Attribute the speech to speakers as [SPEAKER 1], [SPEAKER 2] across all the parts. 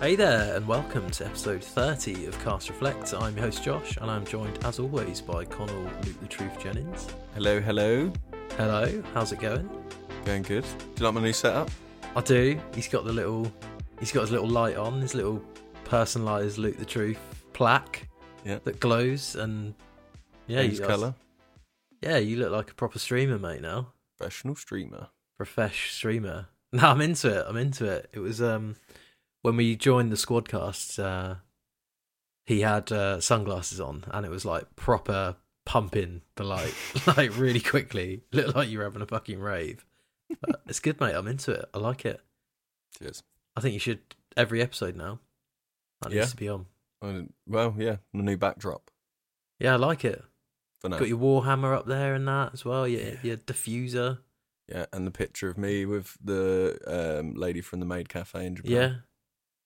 [SPEAKER 1] Hey there, and welcome to episode 30 of Cast Reflect. I'm your host Josh, and I'm joined as always by Connell Luke the Truth Jennings.
[SPEAKER 2] Hello, hello.
[SPEAKER 1] Hello, how's it going?
[SPEAKER 2] Going good. Do you like my new setup?
[SPEAKER 1] I do. He's got the little, he's got his little light on, his little personalised Luke the Truth plaque
[SPEAKER 2] Yeah.
[SPEAKER 1] that glows, and yeah,
[SPEAKER 2] Change
[SPEAKER 1] you
[SPEAKER 2] colour.
[SPEAKER 1] Yeah, you look like a proper streamer, mate. Now,
[SPEAKER 2] Professional streamer.
[SPEAKER 1] profesh streamer. No, I'm into it. I'm into it. It was um when we joined the squadcast, uh, he had uh, sunglasses on, and it was like proper pumping the light like really quickly. Looked like you were having a fucking rave. But it's good, mate. I'm into it. I like it.
[SPEAKER 2] Cheers.
[SPEAKER 1] I think you should every episode now. That needs
[SPEAKER 2] Yeah.
[SPEAKER 1] to be on.
[SPEAKER 2] I- Well, yeah, my new backdrop
[SPEAKER 1] Yeah, I like it.
[SPEAKER 2] for now.
[SPEAKER 1] Got your warhammer up there and that as well. Your your diffuser.
[SPEAKER 2] Yeah, and the picture of me with the um, lady from the maid cafe in Japan.
[SPEAKER 1] Yeah.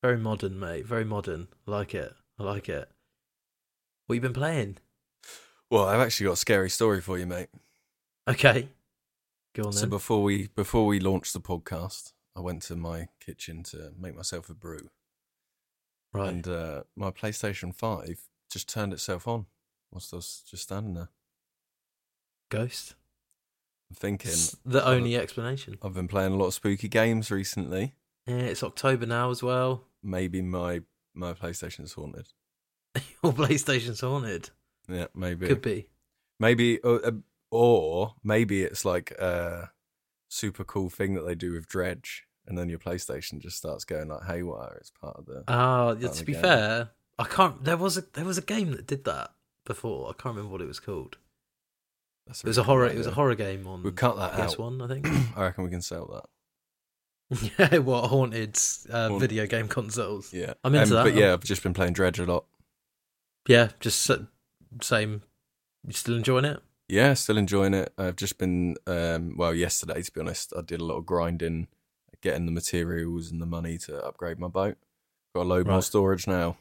[SPEAKER 1] Very modern, mate. Very modern. I like it. I like it. What you been playing?
[SPEAKER 2] Well, I've actually got a scary story for you, mate.
[SPEAKER 1] Okay. Go on
[SPEAKER 2] So
[SPEAKER 1] then.
[SPEAKER 2] before we before we launched the podcast, I went to my kitchen to make myself a brew,
[SPEAKER 1] right.
[SPEAKER 2] and uh, my PlayStation Five just turned itself on whilst I was just standing there.
[SPEAKER 1] Ghost.
[SPEAKER 2] I'm thinking
[SPEAKER 1] It's the only explanation.
[SPEAKER 2] I've been playing a lot of spooky games recently.
[SPEAKER 1] Yeah, it's October now as well.
[SPEAKER 2] Maybe my my PlayStation's haunted.
[SPEAKER 1] Your PlayStation's haunted.
[SPEAKER 2] Yeah, maybe.
[SPEAKER 1] Could be.
[SPEAKER 2] Maybe, or, uh, or maybe it's like a super cool thing that they do with Dredge, and then your PlayStation just starts going like haywire. It's part of the.
[SPEAKER 1] Ah,
[SPEAKER 2] Part of
[SPEAKER 1] to
[SPEAKER 2] the
[SPEAKER 1] be
[SPEAKER 2] game.
[SPEAKER 1] fair, I can't there was a there was a game that did that before. I can't remember what it was called.
[SPEAKER 2] That's
[SPEAKER 1] It was a horror it was a
[SPEAKER 2] idea.
[SPEAKER 1] horror game on
[SPEAKER 2] We'll cut that out.
[SPEAKER 1] PS1, I think.
[SPEAKER 2] I reckon we can sell that.
[SPEAKER 1] yeah, what haunted uh,
[SPEAKER 2] Haunt-
[SPEAKER 1] video game consoles.
[SPEAKER 2] Yeah, Um,
[SPEAKER 1] I'm into that.
[SPEAKER 2] But yeah, I've just been playing Dredge a lot.
[SPEAKER 1] Yeah, just s- same you still enjoying it?
[SPEAKER 2] Yeah, still enjoying it. I've just been, um, well, yesterday to be honest, I did a lot of grinding, getting the materials and the money to upgrade my boat. Got a load more
[SPEAKER 1] Right.
[SPEAKER 2] storage now.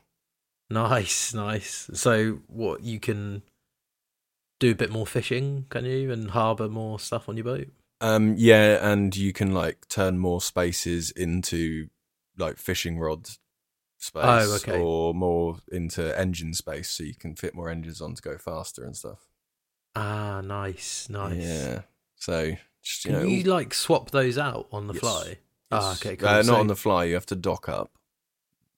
[SPEAKER 1] Nice, nice. So what you can do a bit more fishing, can you, and harbour more stuff on your boat?
[SPEAKER 2] Um, yeah, and you can like turn more spaces into like fishing rod space
[SPEAKER 1] Oh, okay.
[SPEAKER 2] or more into engine space so you can fit more engines on to go faster and stuff.
[SPEAKER 1] Ah, nice, nice.
[SPEAKER 2] Yeah. So just you
[SPEAKER 1] Can
[SPEAKER 2] know
[SPEAKER 1] you like swap those out on the
[SPEAKER 2] Yes,
[SPEAKER 1] fly? Ah,
[SPEAKER 2] it's-
[SPEAKER 1] okay, cool.
[SPEAKER 2] uh,
[SPEAKER 1] So-
[SPEAKER 2] not on the fly, you have to dock up.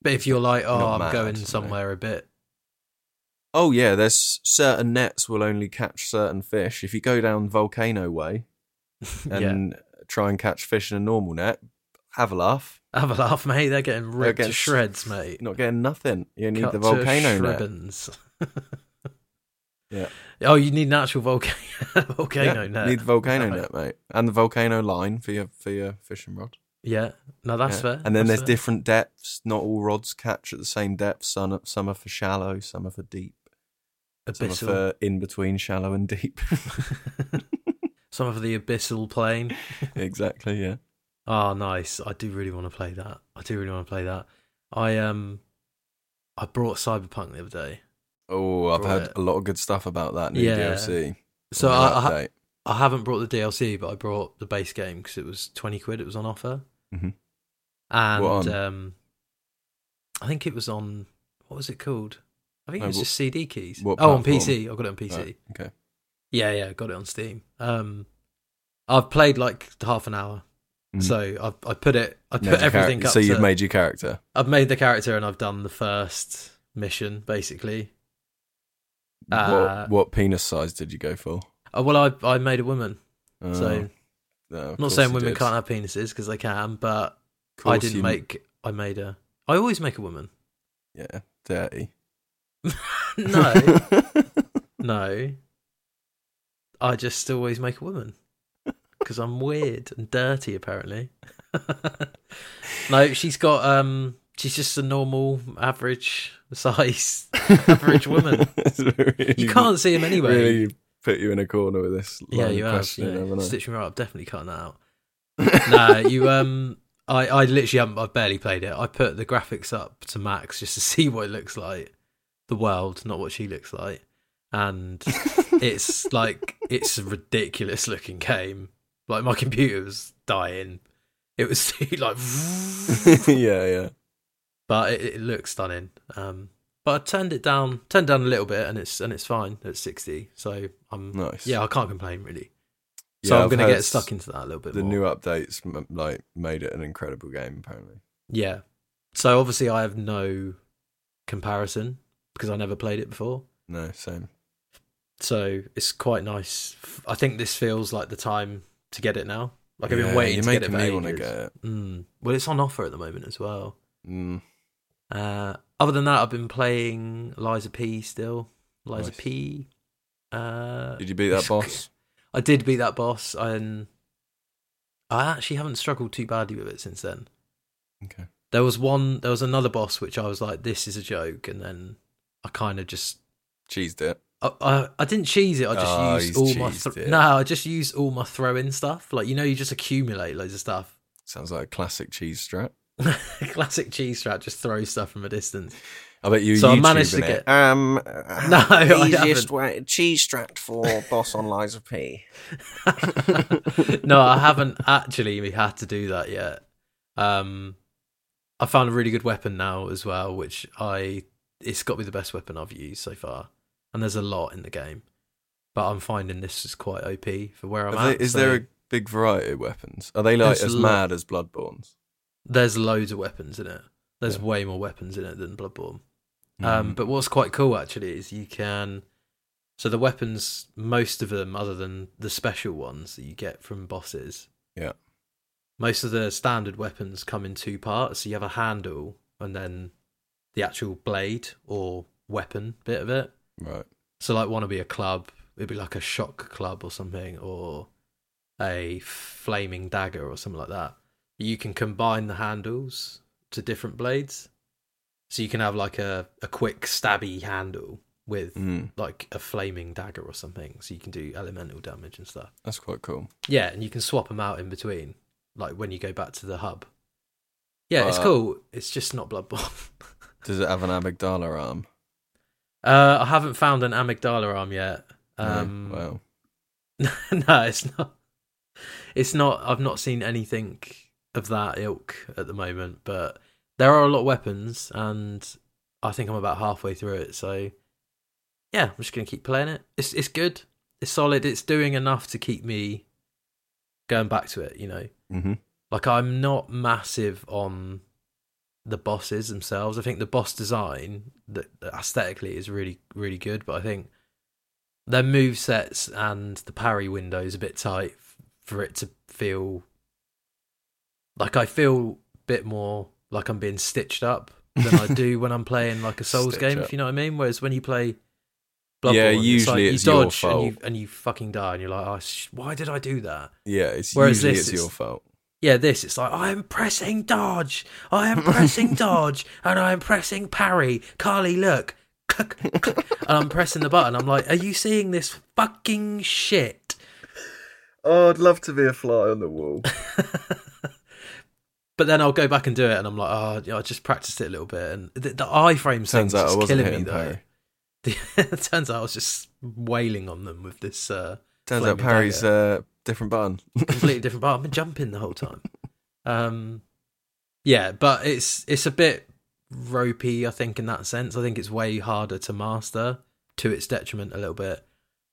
[SPEAKER 1] But if you're like, oh,
[SPEAKER 2] not
[SPEAKER 1] I'm
[SPEAKER 2] mad,
[SPEAKER 1] going
[SPEAKER 2] no.
[SPEAKER 1] somewhere a bit.
[SPEAKER 2] Oh yeah, there's certain nets will only catch certain fish. If you go down volcano way
[SPEAKER 1] yeah,
[SPEAKER 2] and try and catch fish in a normal net, have a laugh.
[SPEAKER 1] have a laugh, mate. They're getting ripped
[SPEAKER 2] getting
[SPEAKER 1] to
[SPEAKER 2] s-
[SPEAKER 1] shreds, mate.
[SPEAKER 2] You're not getting nothing. You need
[SPEAKER 1] Cut
[SPEAKER 2] the
[SPEAKER 1] to
[SPEAKER 2] volcano net.
[SPEAKER 1] shribbons.
[SPEAKER 2] Yeah.
[SPEAKER 1] Oh, you need an actual volcano volcano
[SPEAKER 2] Yeah,
[SPEAKER 1] net.
[SPEAKER 2] Need the volcano
[SPEAKER 1] Right.
[SPEAKER 2] net, mate, and the volcano line for your for your fishing rod.
[SPEAKER 1] Yeah. No, that's
[SPEAKER 2] Yeah.
[SPEAKER 1] fair.
[SPEAKER 2] And
[SPEAKER 1] that's
[SPEAKER 2] then there's
[SPEAKER 1] fair.
[SPEAKER 2] different depths. Not all rods catch at the same depth. Some are- some are for shallow, some are for deep, some
[SPEAKER 1] abyssal.
[SPEAKER 2] are for in between shallow and deep.
[SPEAKER 1] Some of the abyssal plane.
[SPEAKER 2] exactly. Yeah.
[SPEAKER 1] Ah, nice. I do really want to play that. I do really want to play that. I um, I brought Cyberpunk the other day,
[SPEAKER 2] Oh, I've
[SPEAKER 1] Right.
[SPEAKER 2] heard a lot of good stuff about that new
[SPEAKER 1] Yeah.
[SPEAKER 2] DLC.
[SPEAKER 1] so
[SPEAKER 2] New
[SPEAKER 1] I, I ha-
[SPEAKER 2] update.
[SPEAKER 1] I haven't brought the DLC, but I brought the base game because it was twenty quid. It was on offer,
[SPEAKER 2] Mhm.
[SPEAKER 1] and
[SPEAKER 2] What on?
[SPEAKER 1] um, I think it was on what was it called? I think
[SPEAKER 2] No,
[SPEAKER 1] it was
[SPEAKER 2] what-
[SPEAKER 1] just CD keys.
[SPEAKER 2] what
[SPEAKER 1] oh, on
[SPEAKER 2] platform?
[SPEAKER 1] PC. I got it on PC.
[SPEAKER 2] Right, okay.
[SPEAKER 1] Yeah, yeah, got it on Steam. Um, I've played like half an hour,
[SPEAKER 2] Mhm.
[SPEAKER 1] so I I put it. I put
[SPEAKER 2] Made your
[SPEAKER 1] everything
[SPEAKER 2] character-
[SPEAKER 1] up.
[SPEAKER 2] so you've
[SPEAKER 1] to-
[SPEAKER 2] made your character.
[SPEAKER 1] I've made the character and I've done the first mission basically. Uh,
[SPEAKER 2] what, what penis size did you go for?
[SPEAKER 1] Oh, well, I I made a woman,
[SPEAKER 2] Uh,
[SPEAKER 1] so
[SPEAKER 2] no,
[SPEAKER 1] I'm
[SPEAKER 2] of
[SPEAKER 1] not
[SPEAKER 2] course
[SPEAKER 1] saying
[SPEAKER 2] you
[SPEAKER 1] women
[SPEAKER 2] did.
[SPEAKER 1] can't have penises because they can, but
[SPEAKER 2] Of
[SPEAKER 1] I
[SPEAKER 2] course
[SPEAKER 1] didn't
[SPEAKER 2] you-
[SPEAKER 1] make. I made a. I always make a woman.
[SPEAKER 2] Yeah, dirty.
[SPEAKER 1] No, no. I just always make a woman because I'm weird and dirty apparently. no, she's got um. She's just a normal, average size. average woman.
[SPEAKER 2] It's really-
[SPEAKER 1] You can't see him anyway.
[SPEAKER 2] Really put you in a corner with this. Line
[SPEAKER 1] yeah,
[SPEAKER 2] of
[SPEAKER 1] you have.
[SPEAKER 2] questioning,
[SPEAKER 1] Yeah.
[SPEAKER 2] haven't I?
[SPEAKER 1] Stitch me right up. Definitely cutting that out. no, you um, I I literally haven't. I've barely played it. I put the graphics up to max just to see what it looks like, the world, not what she looks like, and it's like it's a ridiculous looking game. Like my computer was dying. It was like
[SPEAKER 2] yeah, yeah.
[SPEAKER 1] but it, it looks stunning. Um, but I turned it down, turned down a little bit, and it's and it's fine at sixty. So I'm
[SPEAKER 2] Nice.
[SPEAKER 1] yeah, I can't complain really. So I'm
[SPEAKER 2] I've
[SPEAKER 1] gonna
[SPEAKER 2] heard
[SPEAKER 1] get stuck into that a little bit
[SPEAKER 2] The
[SPEAKER 1] more.
[SPEAKER 2] new updates m- like made it an incredible game. Apparently,
[SPEAKER 1] Yeah. So obviously I have no comparison because I never played it before.
[SPEAKER 2] no, same.
[SPEAKER 1] So it's quite nice. F- I think this feels like the time to get it now. Like I've been
[SPEAKER 2] Yeah,
[SPEAKER 1] waiting
[SPEAKER 2] You're
[SPEAKER 1] to get it
[SPEAKER 2] making
[SPEAKER 1] for
[SPEAKER 2] me
[SPEAKER 1] ages.
[SPEAKER 2] want to get it.
[SPEAKER 1] Mm. Well, it's on offer at the moment as well.
[SPEAKER 2] Mm,
[SPEAKER 1] Uh, other than that, I've been playing Liza P still. Liza
[SPEAKER 2] Nice.
[SPEAKER 1] P. Uh,
[SPEAKER 2] did you beat that
[SPEAKER 1] it's-
[SPEAKER 2] boss?
[SPEAKER 1] I did beat that boss, and I actually haven't struggled too badly with it since then.
[SPEAKER 2] Okay.
[SPEAKER 1] There was one, there was another boss which I was like, "This is a joke," and then I kind of just,
[SPEAKER 2] Cheesed it.
[SPEAKER 1] I, I, I didn't cheese it. I just
[SPEAKER 2] Oh,
[SPEAKER 1] used
[SPEAKER 2] he's
[SPEAKER 1] all my,
[SPEAKER 2] cheesed
[SPEAKER 1] th-
[SPEAKER 2] it.
[SPEAKER 1] no, I just used all my throw-in stuff. Like you know, you just accumulate loads of stuff.
[SPEAKER 2] Sounds like a classic cheese strat.
[SPEAKER 1] Classic cheese strat, just throw stuff from a distance.
[SPEAKER 2] I bet you.
[SPEAKER 1] So I
[SPEAKER 2] YouTubing
[SPEAKER 1] managed to
[SPEAKER 2] it.
[SPEAKER 1] get-
[SPEAKER 3] Um,
[SPEAKER 2] Ah,
[SPEAKER 1] No, I haven't.
[SPEAKER 3] easiest way cheese strat for boss on Liza P.
[SPEAKER 1] no, I haven't actually had to do that yet. Um, I found a really good weapon now as well, which I it's got to be the best weapon I've used so far. And there's a lot in the game, but I'm finding this is quite OP for where I'm
[SPEAKER 2] Are they-
[SPEAKER 1] at.
[SPEAKER 2] is
[SPEAKER 1] so
[SPEAKER 2] there a big variety of weapons? Are they like
[SPEAKER 1] There's
[SPEAKER 2] as
[SPEAKER 1] lo-
[SPEAKER 2] mad as Bloodborne's?
[SPEAKER 1] there's loads of weapons in it. There's
[SPEAKER 2] Yeah.
[SPEAKER 1] way more weapons in it than Bloodborne.
[SPEAKER 2] Mm-hmm.
[SPEAKER 1] Um, but what's quite cool actually is you can. So the weapons, most of them, other than the special ones that you get from bosses,
[SPEAKER 2] Yeah.
[SPEAKER 1] most of the standard weapons come in two parts. So you have a handle and then the actual blade or weapon bit of it.
[SPEAKER 2] right.
[SPEAKER 1] So like one would be a club, it'd be like a shock club or something, or a flaming dagger or something like that. You can combine the handles to different blades. So you can have like a, a quick stabby handle with
[SPEAKER 2] Mm,
[SPEAKER 1] like a flaming dagger or something. So you can do elemental damage and stuff.
[SPEAKER 2] that's quite cool.
[SPEAKER 1] Yeah, and you can swap them out in between, like when you go back to the hub. Yeah, it's
[SPEAKER 2] Uh,
[SPEAKER 1] cool. It's just not Bloodborne.
[SPEAKER 2] Does it have an Amygdala arm?
[SPEAKER 1] uh, I haven't found an amygdala arm yet.
[SPEAKER 2] No?
[SPEAKER 1] Um,
[SPEAKER 2] wow.
[SPEAKER 1] no, it's not. It's not. I've not seen anything of that ilk at the moment, but there are a lot of weapons, and I think I'm about halfway through it. So, yeah, I'm just gonna keep playing it. It's it's good. It's solid. It's doing enough to keep me going back to it. You know,
[SPEAKER 2] hmm
[SPEAKER 1] like I'm not massive on the bosses themselves. I think the boss design that that aesthetically is really really good, but I think their move sets and the parry window is a bit tight f- for it to feel like I feel a bit more like I'm being stitched up than I do when I'm playing like a Souls
[SPEAKER 2] Stitch
[SPEAKER 1] game,
[SPEAKER 2] up.
[SPEAKER 1] if you know what I mean. Whereas when you play Bloodborne,
[SPEAKER 2] Yeah, usually
[SPEAKER 1] it's
[SPEAKER 2] it's
[SPEAKER 1] like you
[SPEAKER 2] your
[SPEAKER 1] dodge and
[SPEAKER 2] fault.
[SPEAKER 1] you and you fucking die, and you're like, oh, sh- why did I do that?
[SPEAKER 2] Yeah, it's
[SPEAKER 1] Whereas
[SPEAKER 2] usually
[SPEAKER 1] this
[SPEAKER 2] it's
[SPEAKER 1] is-
[SPEAKER 2] your fault.
[SPEAKER 1] Yeah, this it's like I am pressing dodge, I am pressing dodge, and I am pressing parry. Carly, look, click, click. and I'm pressing the button. I'm like, are you seeing this fucking shit?
[SPEAKER 2] Oh, I'd love to be a fly on the wall.
[SPEAKER 1] But then I'll go back and do it, and I'm like, oh, yeah, I just practiced it a little bit, and the, the iframe
[SPEAKER 2] Turns
[SPEAKER 1] thing's
[SPEAKER 2] out I
[SPEAKER 1] just
[SPEAKER 2] wasn't
[SPEAKER 1] killing me
[SPEAKER 2] hitting
[SPEAKER 1] though.
[SPEAKER 2] parry.
[SPEAKER 1] It Turns out I was just wailing on them with this uh,
[SPEAKER 2] Turns
[SPEAKER 1] Flaming
[SPEAKER 2] out parry's uh, different button.
[SPEAKER 1] completely different part. I've been jumping the whole time. Um, yeah, but it's it's a bit ropey, I think, in that sense. I think it's way harder to master to its detriment a little bit.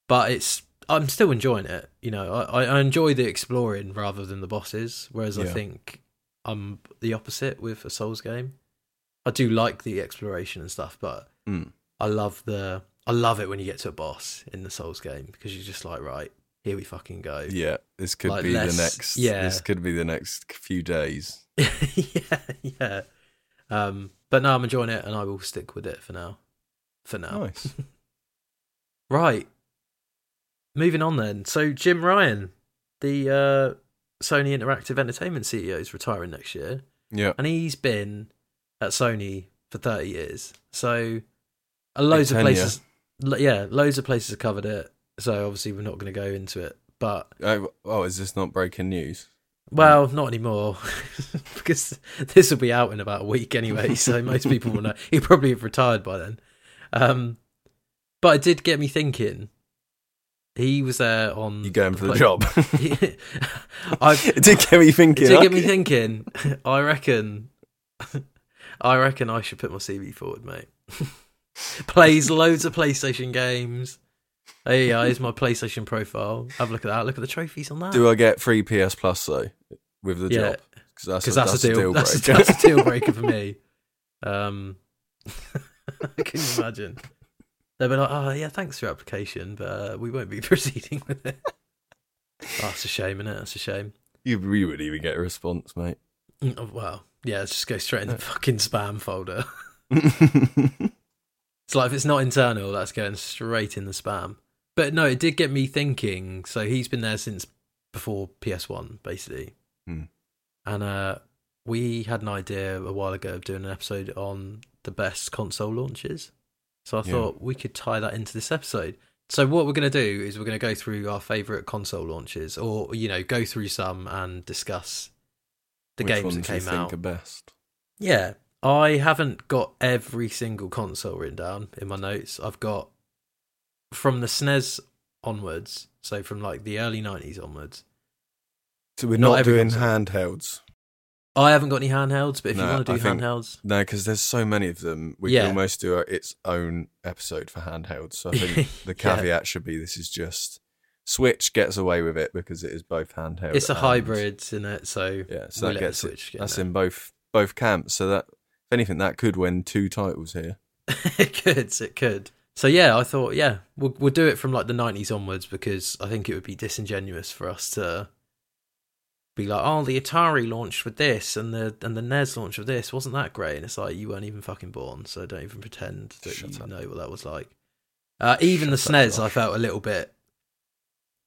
[SPEAKER 1] But it's I'm still enjoying it. You know, I, I enjoy the exploring rather than the bosses. Whereas I
[SPEAKER 2] Yeah.
[SPEAKER 1] think I'm the opposite with a Souls game. I do like the exploration and stuff, but
[SPEAKER 2] Mm.
[SPEAKER 1] I love the I love it when you get to a boss in the Souls game because you're just like, right, here we fucking go.
[SPEAKER 2] Yeah, this could
[SPEAKER 1] Like
[SPEAKER 2] be
[SPEAKER 1] less-
[SPEAKER 2] the next.
[SPEAKER 1] yeah.
[SPEAKER 2] this could be the next few days.
[SPEAKER 1] yeah, yeah. Um, but no, I'm enjoying it, and I will stick with it for now. For now,
[SPEAKER 2] Nice.
[SPEAKER 1] right? Moving on then. So Jim Ryan, the uh, Sony Interactive Entertainment CEO, is retiring next year,
[SPEAKER 2] Yeah,
[SPEAKER 1] and he's been at Sony for 30 years. So uh, loads of
[SPEAKER 2] tenure.
[SPEAKER 1] places, lo- yeah, loads of places have covered it. So obviously we're not going to go into it, but
[SPEAKER 2] Oh, oh, is this not breaking news?
[SPEAKER 1] Well, not anymore, because this will be out in about a week anyway. So most people will know he probably have retired by then. Um, but it did get me thinking. He was there on.
[SPEAKER 2] You going for the
[SPEAKER 1] play-
[SPEAKER 2] job?
[SPEAKER 1] I
[SPEAKER 2] it did get me
[SPEAKER 1] it
[SPEAKER 2] thinking.
[SPEAKER 1] did
[SPEAKER 2] I
[SPEAKER 1] get me
[SPEAKER 2] could-
[SPEAKER 1] thinking. I reckon. I reckon I should put my CV forward, mate. Plays loads of PlayStation games. Hey, yeah, here's my PlayStation profile. Have a look at that. Look at the trophies on that.
[SPEAKER 2] Do I get free PS Plus though with the
[SPEAKER 1] Yeah.
[SPEAKER 2] job? Because
[SPEAKER 1] Because that's, a deal. that's, a,
[SPEAKER 2] breaker.
[SPEAKER 1] that's a deal breaker for me. Um, can you imagine? They'll be like, "Oh yeah, thanks for your application, but uh, we won't be proceeding with it." Oh, that's a shame, isn't it? That's a shame.
[SPEAKER 2] you, you wouldn't even get a response, mate.
[SPEAKER 1] Mm, oh, Well, yeah, let's just go straight in the fucking spam folder. It's like if it's not internal, that's going straight in the spam. But no, it did get me thinking. So he's been there since before PS1, basically.
[SPEAKER 2] Hmm.
[SPEAKER 1] And uh, we had an idea a while ago of doing an episode on the best console launches. So I
[SPEAKER 2] Yeah.
[SPEAKER 1] thought we could tie that into this episode. So what we're going to do is we're going to go through our favorite console launches, or you know, go through some and discuss the
[SPEAKER 2] Which
[SPEAKER 1] games that
[SPEAKER 2] ones do you
[SPEAKER 1] came
[SPEAKER 2] think
[SPEAKER 1] out.
[SPEAKER 2] are best?
[SPEAKER 1] Yeah. I haven't got every single console written down in my notes. I've got from the SNES onwards, so from like the early 90s onwards.
[SPEAKER 2] So we're
[SPEAKER 1] Not
[SPEAKER 2] not,
[SPEAKER 1] every
[SPEAKER 2] doing
[SPEAKER 1] console.
[SPEAKER 2] handhelds.
[SPEAKER 1] I haven't got any handhelds, but if you
[SPEAKER 2] No,
[SPEAKER 1] want to
[SPEAKER 2] I
[SPEAKER 1] do
[SPEAKER 2] think-
[SPEAKER 1] handhelds,
[SPEAKER 2] No, because there's so many of them. We
[SPEAKER 1] Yeah.
[SPEAKER 2] can almost do a, its own episode for handhelds. So I think the
[SPEAKER 1] Yeah.
[SPEAKER 2] caveat should be this is just Switch gets away with it because it is both handheld.
[SPEAKER 1] it's a
[SPEAKER 2] and-
[SPEAKER 1] hybrid, isn't it? So
[SPEAKER 2] Yeah, so
[SPEAKER 1] we let
[SPEAKER 2] that
[SPEAKER 1] the
[SPEAKER 2] gets it.
[SPEAKER 1] Switch get in
[SPEAKER 2] That's
[SPEAKER 1] there.
[SPEAKER 2] in both both camps. So that if anything, that could win two titles here.
[SPEAKER 1] it could, it could. So yeah, I thought, yeah, we'll we'll do it from like the nineties onwards because I think it would be disingenuous for us to be like, oh, the Atari launched with this and the and the NES launched with this. Wasn't that great? And it's like you weren't even fucking born, so don't even pretend that
[SPEAKER 2] Shut
[SPEAKER 1] you
[SPEAKER 2] up.
[SPEAKER 1] know what that was like. Uh, even the
[SPEAKER 2] Shut up,
[SPEAKER 1] SNES, I
[SPEAKER 2] Josh.
[SPEAKER 1] felt a little bit.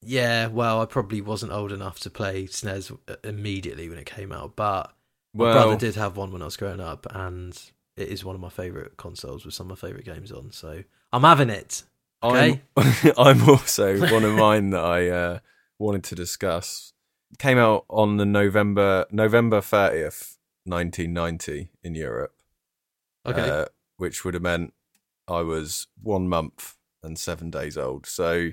[SPEAKER 1] Yeah, well, I probably wasn't old enough to play SNES immediately when it came out, but my brother did have one when I was growing up, and it is one of my favorite consoles with some of my favorite games on. So I'm having it. Okay.
[SPEAKER 2] I'm, I'm also one of mine that I uh, wanted to discuss. Came out on the November November thirtieth, nineteen ninety, in Europe.
[SPEAKER 1] Okay.
[SPEAKER 2] uh, which would have meant I was one month and seven days old. So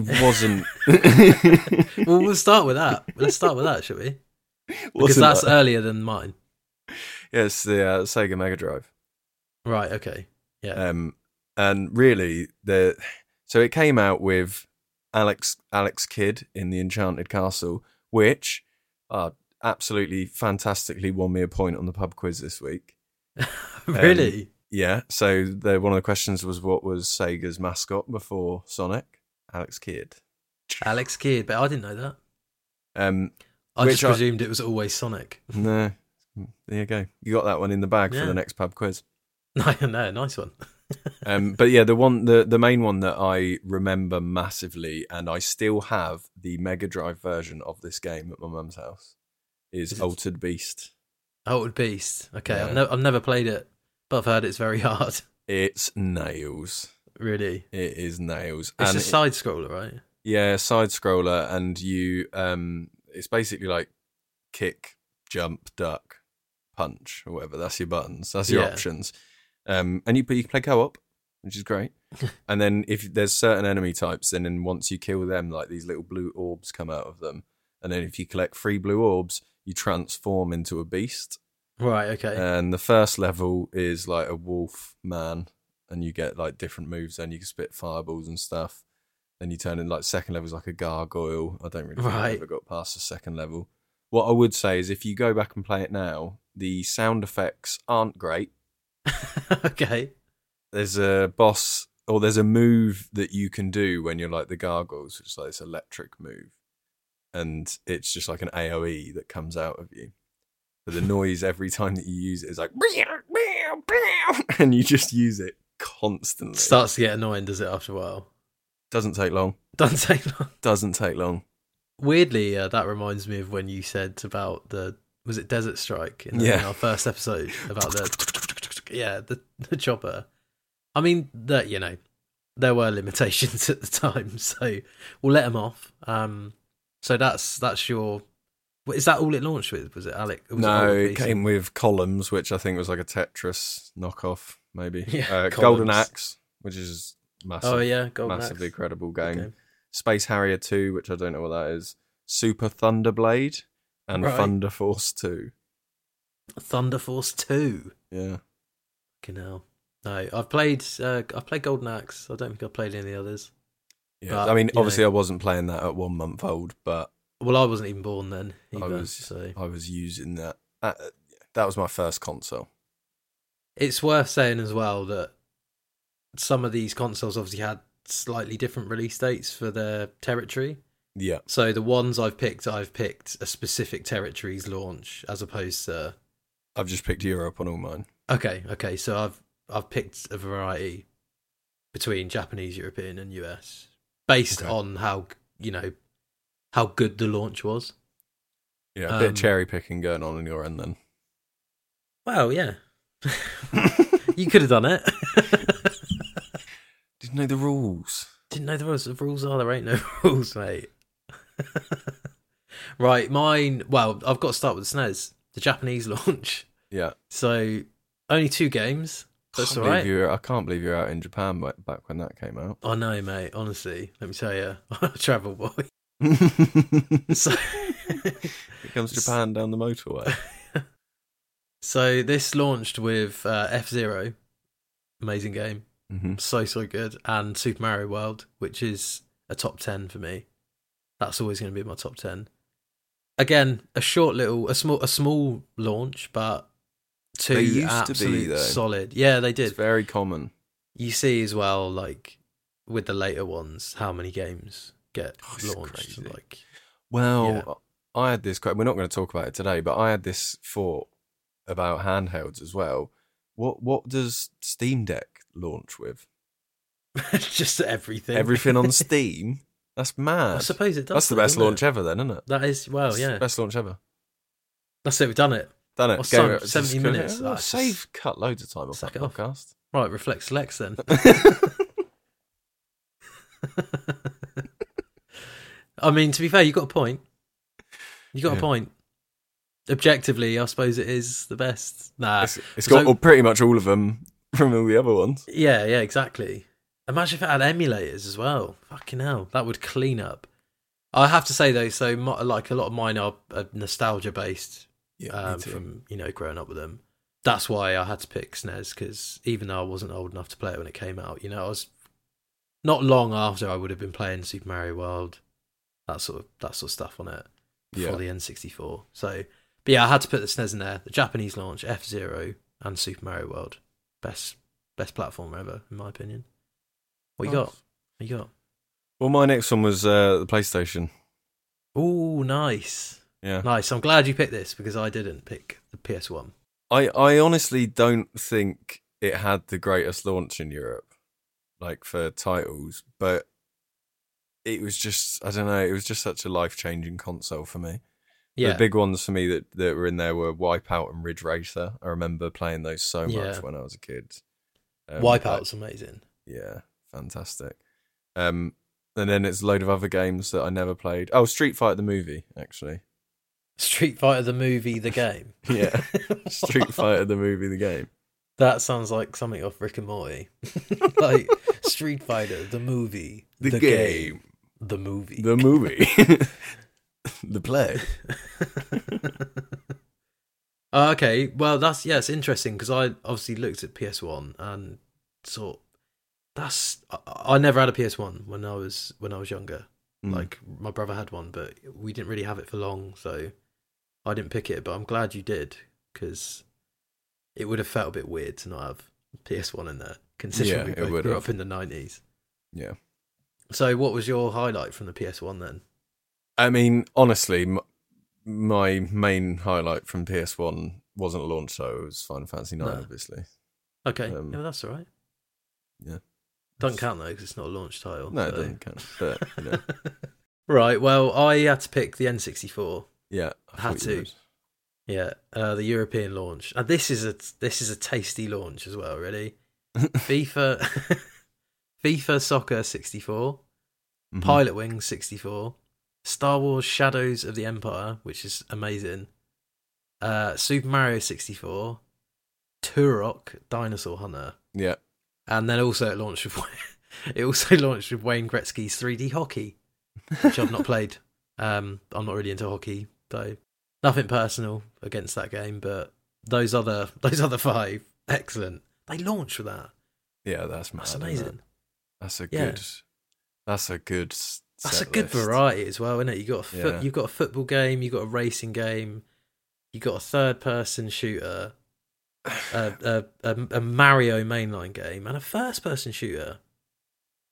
[SPEAKER 2] wasn't.
[SPEAKER 1] well, we'll start with that. Let's start with that, shall we? Because
[SPEAKER 2] wasn't
[SPEAKER 1] that's
[SPEAKER 2] I?
[SPEAKER 1] earlier than mine.
[SPEAKER 2] yes, the uh, Sega Mega Drive.
[SPEAKER 1] Right. Okay. Yeah.
[SPEAKER 2] Um, and really, the so it came out with Alex Alex Kidd in the Enchanted Castle, which uh, absolutely fantastically won me a point on the pub quiz this week. um,
[SPEAKER 1] really?
[SPEAKER 2] Yeah, so the, one of the questions was what was Sega's mascot before Sonic? Alex Kidd.
[SPEAKER 1] Alex Kidd, but I didn't know that.
[SPEAKER 2] Um,
[SPEAKER 1] I
[SPEAKER 2] Which
[SPEAKER 1] just
[SPEAKER 2] I-
[SPEAKER 1] presumed it was always Sonic.
[SPEAKER 2] no, there you go. You got that one in the bag
[SPEAKER 1] Yeah.
[SPEAKER 2] for the next pub quiz.
[SPEAKER 1] No, no, nice one.
[SPEAKER 2] Um, but yeah, the one, the the main one that I remember massively, and I still have the Mega Drive version of this game at my mum's house, is,
[SPEAKER 1] Is it-
[SPEAKER 2] Altered Beast.
[SPEAKER 1] Old Beast. Okay, I've,
[SPEAKER 2] Yeah.
[SPEAKER 1] ne- I've never played it, but I've heard it's very hard.
[SPEAKER 2] It's nails.
[SPEAKER 1] Really,
[SPEAKER 2] It is nails.
[SPEAKER 1] it's
[SPEAKER 2] and
[SPEAKER 1] a
[SPEAKER 2] it-
[SPEAKER 1] side scroller, right?
[SPEAKER 2] yeah, side scroller, and you um, it's basically like kick, jump, duck, punch, or whatever. That's your buttons. That's your
[SPEAKER 1] Yeah.
[SPEAKER 2] options. Um, and you but you can play co-op, which is great. and then if there's certain enemy types, then and once you kill them, like these little blue orbs come out of them. And then if you collect three blue orbs, you transform into a beast.
[SPEAKER 1] Right. Okay.
[SPEAKER 2] And the first level is like a wolf man, and you get like different moves. Then you can spit fireballs and stuff. Then you turn in like second level is like a gargoyle. I don't really think I
[SPEAKER 1] Right.
[SPEAKER 2] ever got past the second level. What I would say is if you go back and play it now, the sound effects aren't great. Uh,
[SPEAKER 1] okay.
[SPEAKER 2] There's a boss or there's a move that you can do when you're like the gargoyles, which is like this electric move, and it's just like an AOE that comes out of you. But the noise every time that you use it is like and you just use it constantly.
[SPEAKER 1] Starts to get annoying, does it? After a while,
[SPEAKER 2] Doesn't take long.
[SPEAKER 1] doesn't take long.
[SPEAKER 2] Doesn't take long.
[SPEAKER 1] Weirdly, uh, that reminds me of when you said about the was it Desert Strike in, the-
[SPEAKER 2] Yeah.
[SPEAKER 1] in our first episode about the yeah the the chopper. I mean that you know there were limitations at the time, so we'll let them off. Um, so that's that's your. what- Is that all it launched with? Was it Alec? was
[SPEAKER 2] no,
[SPEAKER 1] Alec
[SPEAKER 2] it
[SPEAKER 1] Beeson?
[SPEAKER 2] came with columns, which I think was like a Tetris knockoff, maybe.
[SPEAKER 1] Yeah,
[SPEAKER 2] uh, Golden
[SPEAKER 1] columns.
[SPEAKER 2] Axe, which is massive,
[SPEAKER 1] Oh yeah, Golden
[SPEAKER 2] massively
[SPEAKER 1] Axe.
[SPEAKER 2] credible
[SPEAKER 1] Good
[SPEAKER 2] game. Space Harrier 2, which I don't know what that is. Super Thunderblade and
[SPEAKER 1] Right.
[SPEAKER 2] Thunder Force 2.
[SPEAKER 1] Thunder Force Two.
[SPEAKER 2] Yeah.
[SPEAKER 1] Fucking hell. No, I've played. Uh, I've played Golden Axe. I don't think I've played any of the others.
[SPEAKER 2] Yeah.
[SPEAKER 1] But,
[SPEAKER 2] I mean,
[SPEAKER 1] you know-
[SPEAKER 2] obviously, I wasn't playing that at one month old, but
[SPEAKER 1] Well, I wasn't even born then. Either,
[SPEAKER 2] was-
[SPEAKER 1] So
[SPEAKER 2] I was using that. Uh, that was my first console.
[SPEAKER 1] it's worth saying as well that some of these consoles obviously had slightly different release dates for their territory.
[SPEAKER 2] Yeah.
[SPEAKER 1] So the ones I've picked, I've picked a specific territory's launch as opposed to
[SPEAKER 2] I've just picked Europe on all mine.
[SPEAKER 1] okay, okay. So I've I've picked a variety between Japanese, European, and US based
[SPEAKER 2] Okay.
[SPEAKER 1] on how you know how good the launch was.
[SPEAKER 2] Yeah. A bit
[SPEAKER 1] Um,
[SPEAKER 2] of cherry picking going on in your end then.
[SPEAKER 1] Well, yeah, you could have done it.
[SPEAKER 2] Didn't know the rules.
[SPEAKER 1] Didn't know there was rules. Are there ain't no rules, mate? right, mine. Well, I've got to start with SNES, the Japanese launch.
[SPEAKER 2] Yeah.
[SPEAKER 1] So only two games. That's
[SPEAKER 2] Can't
[SPEAKER 1] all right.
[SPEAKER 2] believe you were- I can't believe you're out in Japan ba- back when that came out.
[SPEAKER 1] I know, mate. Honestly, let me tell you, I'm a travel boy. So,
[SPEAKER 2] Here comes Japan down the motorway.
[SPEAKER 1] so this launched with uh, F Zero, amazing game,
[SPEAKER 2] hmm
[SPEAKER 1] so so good, and Super Mario World, which is a top ten for me. That's always going to be my top ten. Again, a short little, a small, a small launch, but two
[SPEAKER 2] They used to be,
[SPEAKER 1] absolute
[SPEAKER 2] though.
[SPEAKER 1] solid. Yeah, they
[SPEAKER 2] It's
[SPEAKER 1] did.
[SPEAKER 2] very common.
[SPEAKER 1] You see as well, like with the later ones, how many games get
[SPEAKER 2] Oh, it's
[SPEAKER 1] launched?
[SPEAKER 2] crazy.
[SPEAKER 1] Like,
[SPEAKER 2] Well, I had this. que- We're not going to talk about it today, but I had this thought about handhelds as well. What What does Steam Deck launch with?
[SPEAKER 1] just everything.
[SPEAKER 2] Everything on Steam. That's mad.
[SPEAKER 1] I suppose it does.
[SPEAKER 2] That's the
[SPEAKER 1] though,
[SPEAKER 2] best
[SPEAKER 1] doesn't it?
[SPEAKER 2] launch ever, then, isn't it?
[SPEAKER 1] That is well,
[SPEAKER 2] It's the
[SPEAKER 1] yeah.
[SPEAKER 2] best launch ever.
[SPEAKER 1] That's it. We've done it.
[SPEAKER 2] Done it.
[SPEAKER 1] Well,
[SPEAKER 2] Gave
[SPEAKER 1] some-
[SPEAKER 2] it-
[SPEAKER 1] 70
[SPEAKER 2] just-
[SPEAKER 1] minutes.
[SPEAKER 2] Oh,
[SPEAKER 1] Ah, it's
[SPEAKER 2] save
[SPEAKER 1] just-
[SPEAKER 2] cut loads of time off
[SPEAKER 1] Suck
[SPEAKER 2] that
[SPEAKER 1] it off.
[SPEAKER 2] podcast.
[SPEAKER 1] Right, reflect selects then. I mean, to be fair, you got a point. You got
[SPEAKER 2] Yeah.
[SPEAKER 1] a point. Objectively, I suppose it is the best. Nah.
[SPEAKER 2] It's- it's got
[SPEAKER 1] Ah. So-
[SPEAKER 2] all, pretty much all of them from all the other ones.
[SPEAKER 1] Yeah, yeah, exactly. Imagine if it had emulators as well. Fucking hell, that would clean up. I have to say though, so my, like a lot of mine are uh, nostalgia based
[SPEAKER 2] Yeah,
[SPEAKER 1] um, from you know growing up with them. That's why I had to pick SNES because even though I wasn't old enough to play it when it came out, you know, I was not long after I would have been playing Super Mario World, that sort of that sort of stuff on it before
[SPEAKER 2] Yeah.
[SPEAKER 1] the N64. So, but yeah, I had to put the SNES in there. The Japanese launch, F Zero, and Super Mario World, best best platform ever in my opinion. What you got? What you got?
[SPEAKER 2] Oh. Well, my next one was uh, the PlayStation.
[SPEAKER 1] Oh, nice,
[SPEAKER 2] Yeah.
[SPEAKER 1] nice. I'm glad you picked this because I didn't pick the PS One.
[SPEAKER 2] I, I honestly don't think it had the greatest launch in Europe, like for titles, but it was just, I don't know, it was just such a life changing console for me.
[SPEAKER 1] Yeah,
[SPEAKER 2] The big ones for me that, that were in there were Wipeout and Ridge Racer. I remember playing those so much
[SPEAKER 1] Yeah.
[SPEAKER 2] when I was a kid. Um, like-
[SPEAKER 1] Wipeout's amazing.
[SPEAKER 2] Yeah, fantastic. Um, and then it's a load of other games that I never played. Oh, Street Fighter the movie, actually.
[SPEAKER 1] Street Fighter the movie, the game.
[SPEAKER 2] Yeah, Street Fighter the movie, the game.
[SPEAKER 1] That sounds like something off Rick and Morty. like Street Fighter the movie, the movie.
[SPEAKER 2] the movie, the play.
[SPEAKER 1] Uh, okay, well that's yeah, it's interesting because I obviously looked at PS One and thought that's I, I never had a PS One when I was when I was younger.
[SPEAKER 2] Mm.
[SPEAKER 1] Like my brother had one, but we didn't really have it for long, so I didn't pick it. But I'm glad you did because it would have felt a bit weird to not have PS One in there, considering
[SPEAKER 2] Yeah,
[SPEAKER 1] we
[SPEAKER 2] it
[SPEAKER 1] both
[SPEAKER 2] would
[SPEAKER 1] grew
[SPEAKER 2] have.
[SPEAKER 1] up in the nineties.
[SPEAKER 2] Yeah.
[SPEAKER 1] So, what was your highlight from the PS One then?
[SPEAKER 2] I mean, honestly, m- my main highlight from PS One wasn't a launch show. It was Final Fantasy Nine,
[SPEAKER 1] No.
[SPEAKER 2] obviously.
[SPEAKER 1] Okay,
[SPEAKER 2] Um,
[SPEAKER 1] yeah, well, that's all right.
[SPEAKER 2] yeah.
[SPEAKER 1] Don't count though, because it's not a launch title.
[SPEAKER 2] No, it
[SPEAKER 1] so-
[SPEAKER 2] doesn't count. But you know,
[SPEAKER 1] right. Well, I had to pick the N64.
[SPEAKER 2] yeah, I
[SPEAKER 1] Had
[SPEAKER 2] thought you
[SPEAKER 1] to.
[SPEAKER 2] would.
[SPEAKER 1] Yeah, uh, the European launch, and this is a this is a tasty launch as well. Really, FIFA, FIFA Soccer 64,
[SPEAKER 2] Mhm.
[SPEAKER 1] Pilot Wings 64, Star Wars Shadows of the Empire, which is amazing. Uh, Super Mario 64, Turok Dinosaur Hunter,
[SPEAKER 2] Yeah,
[SPEAKER 1] and then also it launched with it also launched with Wayne Gretzky's 3D hockey, which I've not played. Um, I'm not really into hockey, so nothing personal against that game, but those other those other five. Excellent. They launched with that.
[SPEAKER 2] Yeah, that's mad,
[SPEAKER 1] That's
[SPEAKER 2] isn't it?
[SPEAKER 1] amazing.
[SPEAKER 2] That's a
[SPEAKER 1] Yeah.
[SPEAKER 2] good. That's a good. s-
[SPEAKER 1] That's a
[SPEAKER 2] set
[SPEAKER 1] good
[SPEAKER 2] list.
[SPEAKER 1] variety as well, isn't it? You got a foot,
[SPEAKER 2] Yeah.
[SPEAKER 1] you've got a football game, you've got a racing game, you got a third person shooter, a, a, a, a Mario mainline game, and a first person shooter.